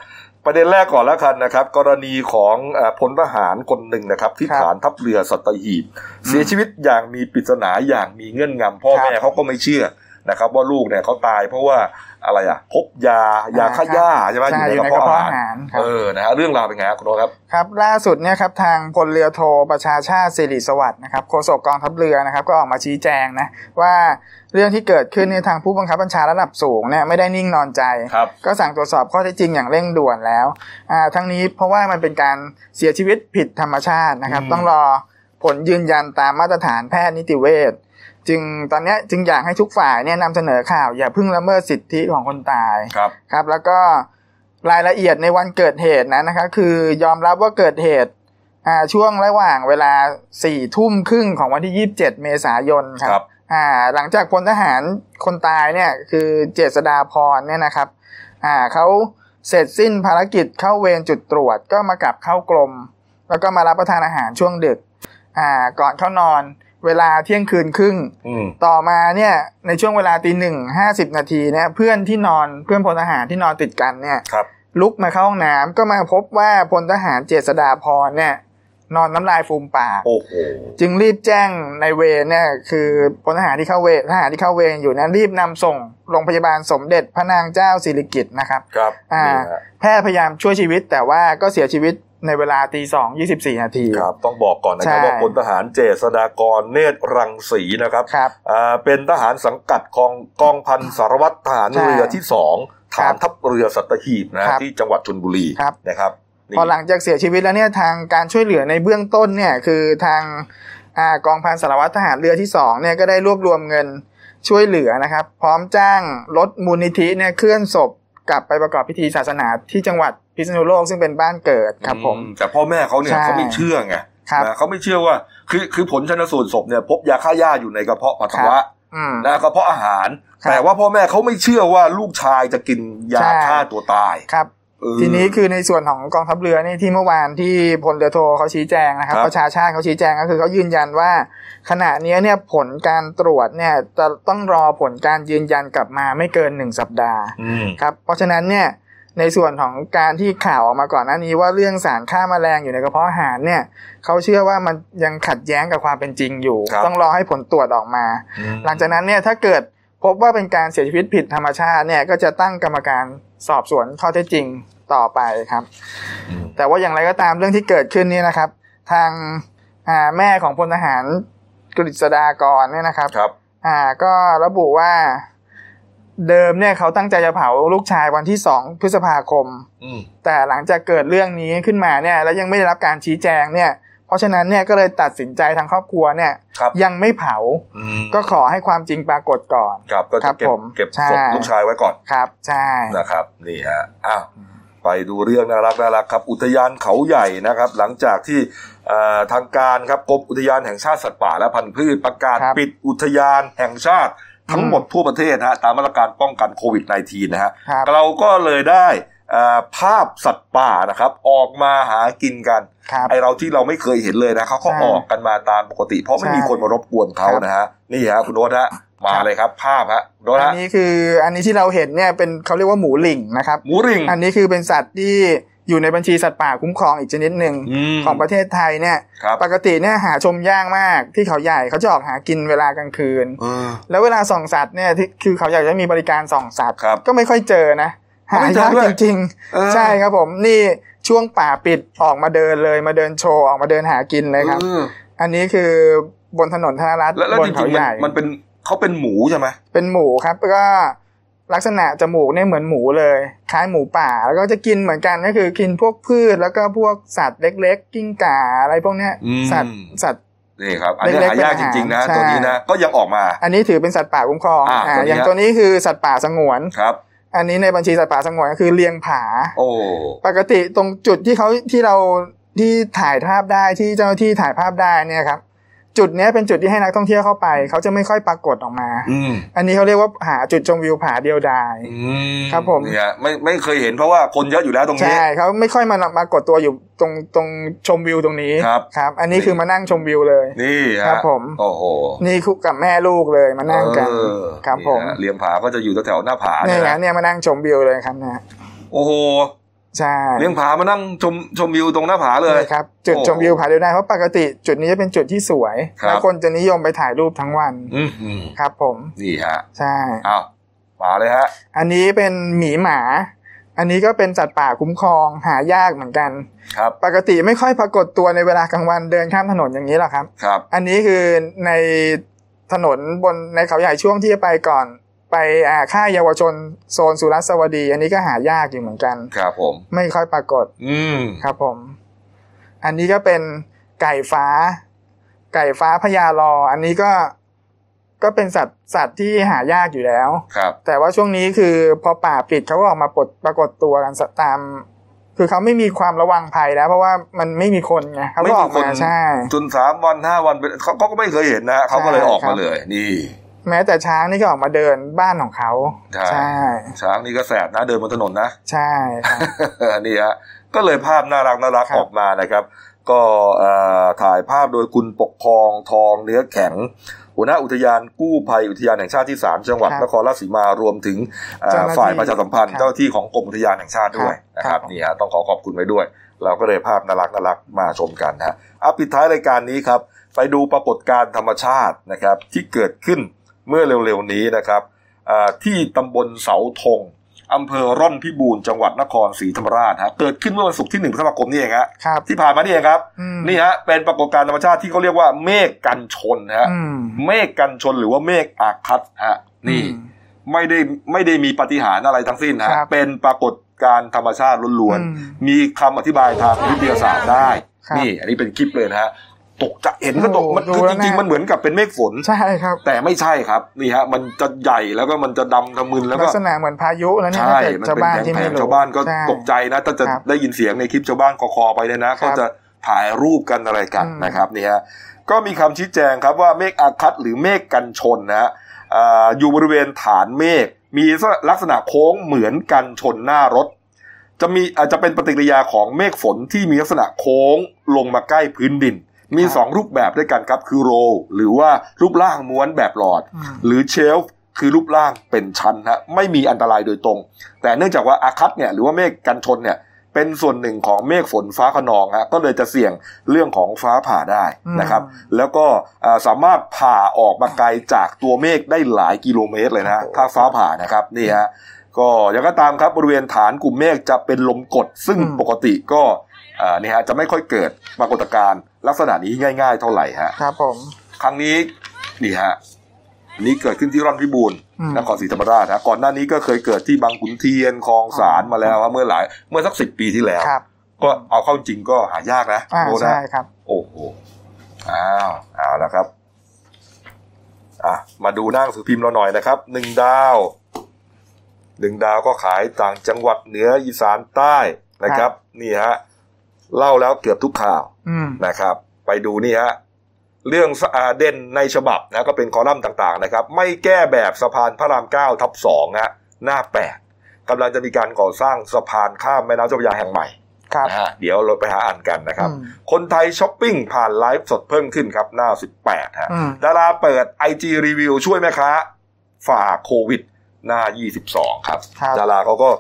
ประเด็นแรกก่อนแล้วกันนะครับ กรณีของเอ่อพลทหารคนหนึ่งนะครับ ที่ ครับ ฐานทัพเรือสัตหีบเสียชีวิตอย่างมีปริศนาอย่างมีเงื่อนงำพ่อ ครับ แม่เขาก็ไม่เชื่อนะครับ ว่าลูกเนี่ยเขาตายเพราะว่าอะไรอ่ะพบยายาฆ่า ครับ หญ้าใช่ไหมอ ใช่ ยู่ใน อกระยู่ในกระ เพาะ เพาะ อา อา หาร หารครับ เออนะฮะเรื่องราวเป็นไงครับคุณโอ๊ตครับ ครับล่าสุดเนี่ยครับทางพลเรือโทประชาชาติสิริสวัสดิ์นะครับโฆษกกองทัพเรือนะครับ ก็ออกมาชี้แจงนะว่าเรื่องที่เกิดขึ้นเนี่ยทางผู้บังคับบัญชาระดับสูงเนี่ยไม่ได้นิ่งนอนใจ ครับ ก็สั่งตรวจสอบข้อเท็จจริงอย่างเร่งด่วนแล้วอ่าทั้งนี้เพราะว่ามันเป็นการเสียชีวิตผิดธรรมชาตินะครับ อืม ต้องรอผลยืนยันตามมาตรฐานแพทย์นิติเวชจึงตอนเนี้ยจึงอยากให้ทุกฝ่ายเนี่ยนำเสนอข่าว อย่าเพิ่งละเมิดสิทธิของคนตาย ครับ ครับแล้วก็รายละเอียดในวันเกิดเหตุนะนะครับคือยอมรับว่าเกิดเหตุอ่าช่วงระหว่างเวลาสี่ทุ่มครึ่งของวันที่ 27 เมษายนค ครั รับบ อ่าหลังจากพลทหารคนตายเนี่ยคือเจษดาพรเนี่ยนะครับอ่าเขาเสร็จสิ้นภารกิจเข้าเวรจุดตรวจก็มากลับเข้ากรมแล้วก็มารับประทานอาหารช่วงดึกอ่าก่อนเข้านอนเวลาเที่ยงคืนครึ่ง อืม ต่อมาเนี่ยในช่วงเวลาตีหนึ่งห้าสิบนาทีเนี่ยเพื่อนที่นอนเพื่อนพลทหารที่นอนติดกันเนี่ย ครับ ลุกมาเข้าห้องน้ำก็มาพบว่าพลทหารเจษดาพรเนี่ยนอนน้ำลายฟูมปาก โอ้โห จึงรีบแจ้งในเวรเนี่ยคือพลทหารที่เข้าเวรทหารที่เข้าเวรอยู่เนยรีบนำส่งโรงพยาบาลสมเด็จพระนางเจ้าสิริกิติ์นะครับ ครับ อ่า นี่ฮะ แพทย์พยายามช่วยชีวิตแต่ว่าก็เสียชีวิตในเวลาตีสองยี่สิบสี่นาที ครับต้องบอกก่อนนะครับ ใช่ ว่าพลทหารเจษฎากรเนตรรังสีนะครับ ครับ อ่าเป็นทหารสังกัดกองกองพันสารวัตรทหารเรือที่สองฐานทัพเรือสัตหีบนะครับ ที่จังหวัดชลบุรี ครับ นะครับนี่ พอหลังจากเสียชีวิตแล้วเนี่ยทางการช่วยเหลือในเบื้องต้นเนี่ยคือทางอากองพันสารวัตรทหารเรือที่สองเนี่ยก็ได้รวบรวมเงินช่วยเหลือนะครับ พร้อมจ้างรถมูลนิธิเนี่ยเคลื่อนศพกลับไปประกอบพิธีศาสนาที่จังหวัดพิษณุโลกซึ่งเป็นบ้านเกิดครับผม อืแต่พ่อแม่เขาเนี่ย ใช่ เขาไม่เชื่อไง ครับ นะเขาไม่เชื่อว่าคือคือผลชนสูตรศพเนี่ยพบยาฆ่าหญ้าอยู่ในกระเพาะปัสสาวะ อืม นะกระเพาะอาหาร ครับ แต่ว่าพ่อแม่เขาไม่เชื่อว่าลูกชายจะกินยา ใช่ ฆ่าตัวตาย ครับ เออ ทีนี้คือในส่วนของกองทัพเรือนี่ที่เมื่อวานที่พลเรือโทเขาชี้แจงนะครับ ครับ ประชาชาติเขาชี้แจงก็คือเขายืนยันว่า ขณะนี้เนี่ยผลการตรวจเนี่ยจะต้องรอผลการยืนยันกลับมาไม่เกินหนึ่งสัปดาห์ อืม ครับเพราะฉะนั้นเนี่ยในส่วนของการที่ข่าวออกมาก่อนหน้านี้ว่าเรื่องสารฆ่าแมลงอยู่ในกระเพาะอาหารเนี่ยเขาเชื่อว่ามันยังขัดแย้งกับความเป็นจริงอยู่ ครับ ต้องรอให้ผลตรวจออกมา หลังจากนั้นเนี่ยถ้าเกิดพบว่าเป็นการเสียชีวิตผิดธรรมชาติเนี่ยก็จะตั้งกรรมการสอบสวนข้อเท็จจริงต่อไปครับ อืม แต่ว่าอย่างไรก็ตามเรื่องที่เกิดขึ้นเนี่ยนะครับ ทางอ่าแม่ของพลทหารกฤษดากรเนี่ยนะครับ ครับ อ่าก็ระบุว่า เดิมเนี่ยเขาตั้งใจจะเผาลูกชายวันที่ 2 พฤษภาคม อืม แต่หลังจากเกิดเรื่องนี้ขึ้นมาเนี่ยแล้วยังไม่ได้รับการชี้แจงเนี่ย เพราะฉะนั้นเนี่ยก็เลยตัดสินใจทางครอบครัวเนี่ย ครับ ยังไม่เผา อืม ก็ขอให้ความจริงปรากฏก่อน ครับก็ ครั จะ บ เก็บ ผม เก็บ ใช่ ศพลูกชายไว้ก่อน ครับใช่ นะครับนี่ฮะอ้าวไปดูเรื่องน่ารักน่ารักครับ อุทยานเขาใหญ่นะครับ หลังจากที่เอ่อทางการครับกรมอุทยานแห่งชาติสัตว์ป่าและพันธุ์พืชประกาศ ครับ ปิดอุทยานแห่งชาติทั้งหมดทั่วประเทศนะฮะตามมาตรการป้องกันโควิด -19 นะฮะ ครับ เราก็เลยได้เอ่อภาพสัตว์ป่านะครับ ออกมาหากินกัน ครับ ไอเราที่เราไม่เคยเห็นเลยนะเขาก็ ใช่ ออกกันมาตามปกติ เพราะไม่ ใช่ มีคนมารบกวนเขา ครับ นะฮะนี่ฮะคุณโน้ตฮะมาเลยครับ ภาพฮะโน้ต อัน ฮะ นี้คืออันนี้ที่เราเห็นเนี่ยเป็นเขาเรียกว่าหมูหลิงนะครับ หมูริง อันนี้คือเป็นสัตว์ที่อยู่ในบัญชีสัตว์ป่าคุ้มครองอีกชนิดหนึ่ง ม ของประเทศไทยเนี่ย ครับ ปกติเนี่ยหาชมยากมากที่เขาใหญ่เขาจะออกหากินเวลากลางคืน เออ แล้วเวลาส่องสัตว์เนี่ยที่คือเขาอยากจะมีบริการส่องสัตว์ ครับ ก็ไม่ค่อยเจอนะ หา ไม่เจอย าก ด้วย จริง เออ ๆ ใช่ครับผมนี่ช่วงป่าปิดออกมาเดินเลยมาเดินโชว์ออกมาเดินหากินเลยครับ เออ อันนี้คือบนถนนธนรัตน์ แล้วแล้ว บ จ น ริ เขา งๆ ให มัน ญ่ มันเป็นเขาเป็นหมูใช่ไหม เป็นหมูครับแล้วก็ลักษณะจมูกเนี่ยเหมือนหมูเลย คล้ายหมูป่าแล้วก็จะกินเหมือนกันก็คือกินพวกพืชแล้วก็พวกสัตว์เล็ก ๆ กิ้งก่าอะไรพวกเนี้ย อืม สัตว์สัตว์ นี่ครับ อันนี้ เล็กๆ หายาก เป็ จ นอาหาร ริง ๆ นะ ใช่ ตัวนี้นะก็ยังออกมา อันนี้ถือเป็นสัตว์ป่าคุ้มครอง อ่า อ่า ตัวนี้ อย่าง ฮะ ตัวนี้คือสัตว์ป่าสงวน ครับ อันนี้ในบัญชีสัตว์ป่าสงวนก็คือเลียงผา โอ้ ปกติตรงจุดที่เขาที่เราที่ถ่ายภาพได้ที่เจ้าหน้าที่ถ่ายภาพได้เนี่ยครับ จุดเนี้ยเป็นจุดที่ให้นักท่องเที่ยวเข้าไป เขาจะไม่ค่อยปรากฏออกมา อืม อันนี้เขาเรียกว่าหาจุดชมวิวผาเดียวดาย อื ครับผม เนี่ยไม่ไม่เคยเห็นเพราะว่าคนเยอะอยู่แล้วตรงนี้ ใช่เขาไม่ค่อยมาปรากฏตัวอยู่ตรงตรงชมวิวตรงนี้ ครับ ครับ อันนี้คือมานั่งชมวิวเลย นี่ฮะ ครับผม โอ้โห นี่คุกกับแม่ลูกเลยมานั่งกัน เออ ครับ นี่ ผม ฮะเลียงผาก็จะอยู่แถวๆหน้าผา เนี่ เนี่ย ย นะ นะ เนี่ยมานั่งชมวิวเลยครับนะ โอ้โห ใช่ เลียงผามานั่งชมชมวิวตรงหน้าผาเลย ใช่ครับจุด โอ้ ชมวิวผาเดียวได้เพราะปกติจุดนี้จะเป็นจุดที่สวย ครับ แล้วคนจะนิยมไปถ่ายรูปทั้งวัน อืมอืม ครับ ผม นี่ฮะ ใช่ อ้าวมาเลยฮะ อันนี้เป็นหมีหมา อันนี้ก็เป็นสัตว์ป่าคุ้มครองหายากเหมือนกัน ครับ ปกติไม่ค่อยปรากฏตัวในเวลากลางวันเดินข้ามถนนอย่างนี้หรอกครับ ครับ อันนี้คือในถนนบนในเขาใหญ่ช่วงที่จะไปก่อน ไปอ่าค่ายเยาวชนโซนสุรัสวดี อันนี้ก็หายากอยู่เหมือนกัน ครับผม ไม่ค่อยปรากฏ อืม ครับผม อันนี้ก็เป็นไก่ฟ้า ไก่ฟ้าพญารอ อันนี้ก็ก็เป็นสัตว์สัตว์ที่หายากอยู่แล้ว ครับ แต่ว่าช่วงนี้คือพอป่าปิดเขาก็ออกมาปลดปรากฏตัวกันสัตว์ตาม คือเขาไม่มีความระวังภัยแล้ว เพราะว่ามันไม่มีคนไงเขาก็ออกมาใช่ จนสามวันห้าวันเป็นเขาเขาก็ไม่เคยเห็นนะเขาก็เลยออก ครั มา บ เลย นี่ แม้แต่ช้างนี่ก็ออกมาเดินบ้านของเขา ใช่ ใช่ ช้างนี่ก็แสบนะเดินบนถนนนะ ใช่ครับ นี่ฮะก็เลยภาพน่ารักน่ารัก ครับ ออกมานะครับ ก็เอ่อถ่ายภาพโดยคุณปกครองทองเนื้อแข็ง หัวหน้าอุทยานกู้ภัยอุทยานแห่งชาติที่ 3 จังหวัด ครับ นครราชสีมารวมถึงเอ่อ เจ้าหน้าที่ ฝ่ายประชาสัมพันธ์ ครับ เจ้าหน้าที่ของกรมอุทยานแห่งชาติด้วย ครับ นะครับ ครับ นี่ฮะต้องขอขอบคุณไว้ด้วย เราก็เลยภาพน่ารักน่ารักมาชมกันนะฮะอ่ะปิดท้ายรายการนี้ครับ ไปดูปรากฏการณ์ธรรมชาตินะครับที่เกิดขึ้นเมื่อเร็วๆนี้นะครับอ่าที่ตำบลเสาธงอำเภอร่อนพิบูรณ์จังหวัดนครศรีธรรมราชฮะเกิดขึ้นเมื่อวันศุกร์ที่หนึ่งพฤษภาคมนี่เองฮะ ครับ ที่ผ่านมานี่เองครับ อืม นี่ฮะเป็นปรากฏการณ์ธรรมชาติที่เขาเรียกว่าเมฆกันชนฮะ อืม เมฆกันชนหรือว่าเมฆอาคัตฮะนี่ อืม ไม่ได้ไม่ได้มีปาฏิหารย์อะไรทั้งสิ้นฮะ ครับ เป็นปรากฏการณ์ธรรมชาติล้วน อืม ๆมีคำอธิบายทางวิทยาศาสตร์ได้ ครับ นี่ อันนี้เป็นคลิปเลยนะฮะตกจะเห็นก็ตก โอ้ มัน ดู คือ แล้ จ ว ริงๆ น่ามั มันเหมือนกับเป็นเมฆฝน ใช่ครับ แต่ไม่ใช่ครับนี่ฮะมันจะใหญ่แล้วก็มันจะดำทะมึนแล้ว ลั ก็ กษณะเหมือนพายุแล้วเนี่ย ใช่ ถ้าเกิด มัน ชาว เป็น บ้าน แผง ที่ แผ ไม่ ง รู้ ชาวบ้านก็ ใช่ ตกใจนะถ้าจะ ครับ ได้ยินเสียงในคลิปชาวบ้านคอคอไปเนี่ยนะ ก็จะถ่ายรูปกันอะไรกัน อืม นะครับนี่ฮะ ก็มีคำชี้แจงครับว่าเมฆอาคัตหรือเมฆกันชนนะฮะอ่าอยู่บริเวณฐานเมฆ มีลักษณะโค้งเหมือนกันชนหน้ารถ จะมีอาจจะเป็นปฏิกิริยาของเมฆฝนที่มีลักษณะโค้งลงมาใกล้พื้นดิน มีสองรูปแบบด้วยกันครับคือโรลหรือว่ารูปร่างม้วนแบบหลอด อืม หรือเชลฟ์คือรูปร่างเป็นชั้นฮะไม่มีอันตรายโดยตรง แต่เนื่องจากว่าอาคัตเนี่ยหรือว่าเมฆกันชนเนี่ยเป็นส่วนหนึ่งของเมฆฝนฟ้าขนองฮะก็เลยจะเสี่ยงเรื่องของฟ้าผ่าได้นะครับ อืม แล้วก็อ่าสามารถผ่าออกมาไกลจากตัวเมฆได้หลายกิโลเมตรเลยนะฮะถ้าฟ้าผ่านะครับนี่ฮะก็ยังก็ตามครับบริเวณฐานกลุ่มเมฆจะเป็นลมกด ซึ่ง อืม ปกติก็อ่านี่ฮะจะไม่ค่อยเกิดปรากฏการณ์ลักษณะนี้ง่าย ๆ เท่าไหร่ฮะ ครับผม ครั้งนี้นี่ฮะ นี้เกิดขึ้นที่ร่อนพิบูล อืม นครศรีธรรมราชนะก่อนหน้านี้ก็เคยเกิดที่บางขุนเทียนคลองสารมาแล้วฮะเมื่อหลายเมื่อสักสิบปีที่แล้ว ครับ ก็เอาเข้าจริงก็หายากนะ อ่า โบนะ ใช่ครับ โอ้โหอ้าวเอาละครับอ่ะมาดูหน้าหนังสือพิมพ์เราหน่อยนะครับหนึ่งดาวหนึ่งดาวก็ขายต่างจังหวัดเหนืออีสานใต้นะค ครั รับ บ นี่ฮะเล่าแล้วเกือบทุกข่าว อืม นะครับ ไปดูนี่ฮะเรื่องสะอาเด่นในฉบับนะก็เป็นคอลัมน์ต่างๆนะครับ ไม่แก้แบบสะพานพระรามเก้าทับสองฮะหน้าแปดกำลังจะมีการก่อสร้างสะพานข้ามแม่น้ำเจ้าพระยาแห่งใหม่ ครับ นะฮะเดี๋ยวเราไปหาอ่านกันนะครับ อืม คนไทยช้อปปิ้งผ่านไลฟ์สดเพิ่มขึ้นครับ หน้า 18ฮะ อืม ดาราเปิด IG รีวิวช่วยแม่ค้าฝ่าโควิด หน้า 22 ครับ ครับ ดาราเขาก็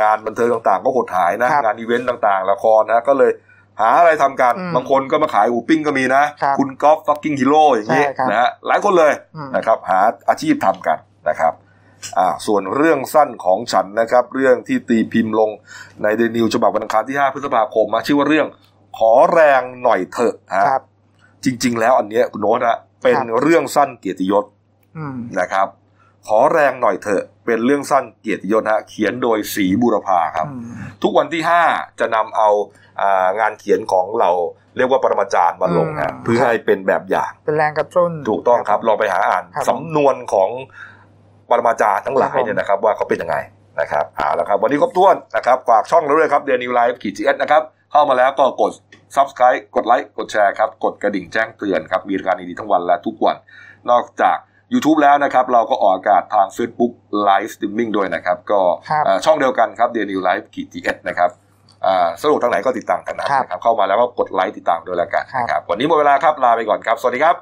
งานบันเทิงต่างๆ ก็หดหายนะ ครับ งานอีเวนต์ต่างๆ ละครนะก็เลยหาอะไรทำกัน อืม บางคนก็มาขายหมูปิ้งก็มีนะ ครับ คุณก๊อฟฟักกิ้งฮีโร่อย่างนี้ ใช่ครับ นะฮะหลายคนเลย อืม นะครับ หาอาชีพทำกันนะครับอ่าส่วนเรื่องสั้นของฉันนะครับ เรื่องที่ตีพิมพ์ลงในเดนิวฉบับวันอังคารที่ 5 พฤษภาคมมาชื่อว่าเรื่องขอแรงหน่อยเถอะฮะ ครับ จริง ๆ แล้วอันเนี้ยคุณโน้ตอะเป็น ครับ เรื่องสั้นเกียรติยศ อืม นะครับ ขอแรงหน่อยเถอะ เป็นเรื่องสั้นเกียรติยศฮะเขียนโดยศรีบุรพาครับ อืม ทุกวันที่ 5 จะนำเอาอ่างานเขียนของเราเรียกว่าปรมาจารย์มาลง อื ฮะ ม เพื่อให้เป็นแบบอย่าง เป็นแรงกระตุ้น ถูกต้องครับลองไปหาอ่าน ครับ สำนวนของปรมาจารย์ทั้งหลาย ครับผม เนี่ยนะครับ ว่าเขาเป็นยังไงนะครับเอาละครับ วันนี้ครบถ้วนนะครับฝากช่องเราด้วยครับเดนิวไลฟ์ขีดจีเอสนะครับเข้ามาแล้วก็กด subscribe กดไลค์กดแชร์ครับ กดกระดิ่งแจ้งเตือนครับ มีรายการดีๆทั้งวันและทุกวัน นอกจาก YouTube แล้วนะครับ เราก็ออกอากาศทาง Facebook Live Streaming ด้วยนะครับ ก็ ครับ เอ่อช่องเดียวกันครับเดนิวไลฟ์ขีดจีเอสนะครับอ่าสะดวกทางไหนก็ติดตามกันนะครับ ครับเข้ามาแล้วก็กดไลค์ติดตามด้วยแล้วกัน ครับ นะครับวันนี้หมดเวลาครับลาไปก่อนครับสวัสดีครับ